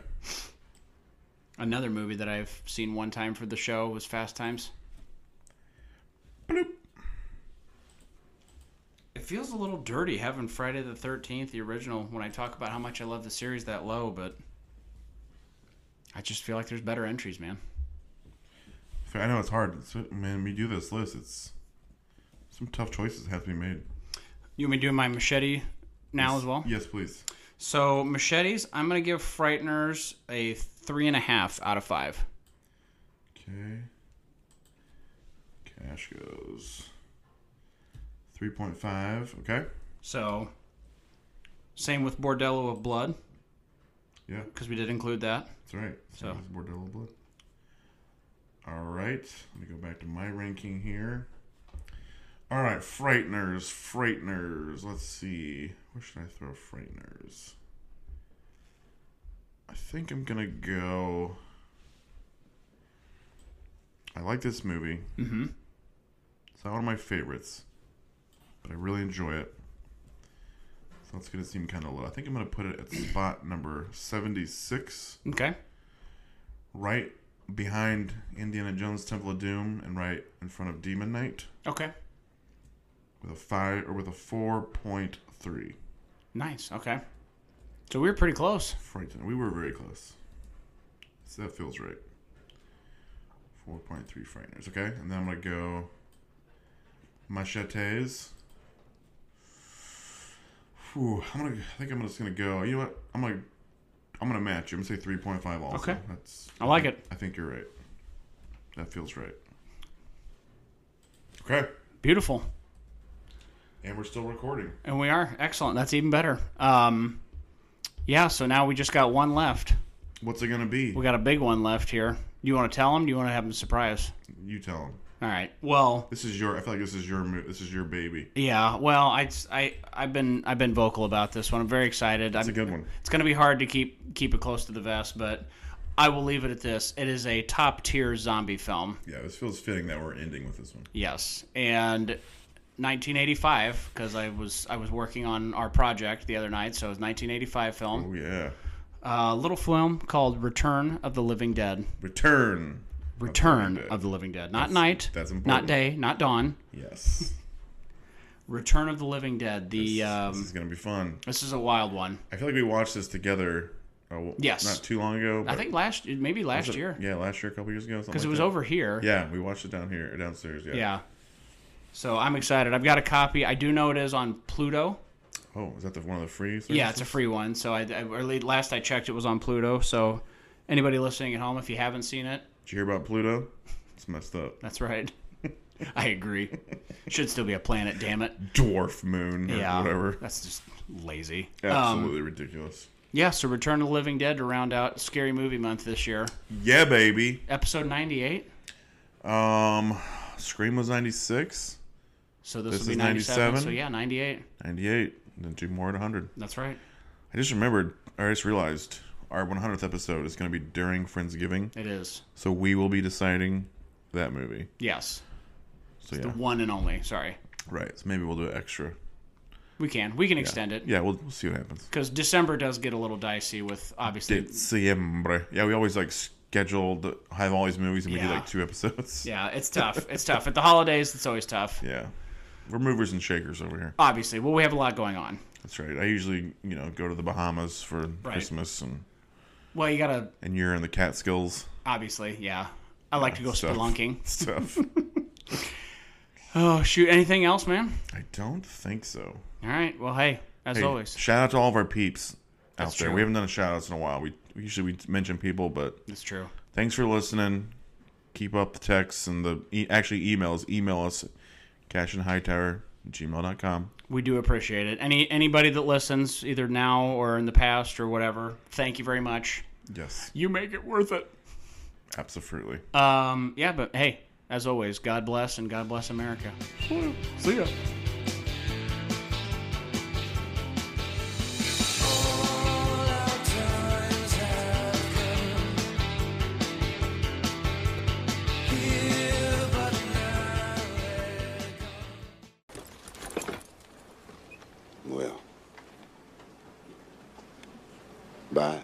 Another movie that I've seen one time for the show was Fast Times. Bloop. It feels a little dirty having Friday the 13th, the original, when I talk about how much I love the series that low, but I just feel like there's better entries, man. I know it's hard. It's, man, we do this list. It's some tough choices have to be made. You want me doing my machete now as well? Yes, please. So, machetes, I'm going to give Frighteners a three and a half out of five. Okay. Cash goes. 3.5. Okay. So, same with Bordello of Blood, Yeah, because we did include that. that's right. So- So. Bordello Blood. All right. Let me go back to my ranking here. All right. Frighteners. Frighteners. Let's see. Where should I throw Frighteners? I think I'm going to go. I like this movie. Mm-hmm. It's not one of my favorites, but I really enjoy it. So it's going to seem kind of low. I think I'm going to put it at spot number 76, Okay. right behind Indiana Jones Temple of Doom and right in front of Demon Knight Okay. with a 5 or with a 4.3. Nice. Okay. So we were pretty close. Frightened. We were very close. So that feels right. 4.3 frighteners. Okay. And then I'm going to go machetes. Whew, I'm gonna. I think I'm just gonna go. You know what? I'm gonna. I'm gonna match. you. I'm gonna say 3.5 also. Okay. That's. I like think- it. I think you're right. That feels right. Okay. Beautiful. And we're still recording. And we are. Excellent. That's even better. Um, yeah, so now we just got one left. What's it gonna be? We got a big one left here. You want to tell him? Do you want to have him surprise? You tell him. All right. Well, This is your. I feel like this is your. mo- This is your baby. yeah. Well, I, I, I've been, I've been vocal about this one. I'm very excited. It's a good one. It's going to be hard to keep, keep it close to the vest, but I will leave it at this. It is a top tier zombie film. Yeah, this feels fitting that we're ending with this one. Yes, and 1985 because I was, I was working on our project the other night, so it was 1985 film. Uh, Oh yeah. A little film called Return of the Living Dead. Return. Return Dead. of the Living Dead. Not night. that's Not important. day. Not dawn. Yes. Return of the Living Dead. The this um, is gonna be fun. this is a wild one. I feel like we watched this together. Uh, well, Yes. Not too long ago. I but- think last maybe last was it- year Yeah, last year, a couple years ago. because it was over here. Yeah, we watched it down here, downstairs. Yeah. Yeah. So I'm excited. I've got a copy. I do know it is on Pluto. Oh, is that the one of the free? Yeah, it's a free one. So I, I or le- last I checked, it was on Pluto. So anybody listening at home, if you haven't seen it, Did you hear about Pluto? It's messed up. that's right. I agree. Should still be a planet. Damn it. Dwarf moon. Or Yeah. Whatever. That's just lazy. Um, Absolutely ridiculous. Yeah, so Return of the Living Dead to round out Scary Movie Month this year. Yeah, baby. Episode 98. Um, Scream was 96, So this, This will be is 97. 97? So yeah, 98. 98, and then two more at 100. That's right. I just remembered, or I just realized, our 100th episode is going to be during Friendsgiving, It is. so we will be deciding that movie. Yes. So yeah, The one and only. Sorry. right. So maybe we'll do it extra. We can. We can extend it. Yeah, we'll, we'll see what happens. Because December does get a little dicey with obviously. Diciembre. Yeah, we always like scheduled have all these movies and we do Yeah. like two episodes. Yeah, it's tough. It's tough. At the holidays, it's always tough. Yeah. We're movers and shakers over here. Obviously. Well, we have a lot going on. That's right. I usually, you know, go to the Bahamas for Christmas and Well, you got to, and you're in the Catskills obviously, yeah. I like to go stuff. spelunking. stuff. Oh, shoot. Anything else, man? I don't think so. All right. Well, hey, as Hey, always, Shout out to all of our peeps out there. true. We haven't done a shout outs in a while. We we usually we mention people, but it's true. thanks for listening. Keep up the texts and the e- actually emails. Email us cash and hightower gmail.com. We do appreciate it. Any anybody that listens, either now or in the past or whatever, thank you very much. Yes. You make it worth it. Absolutely. Um, yeah, but hey, as always, God bless and God bless America. See ya. Well, bye.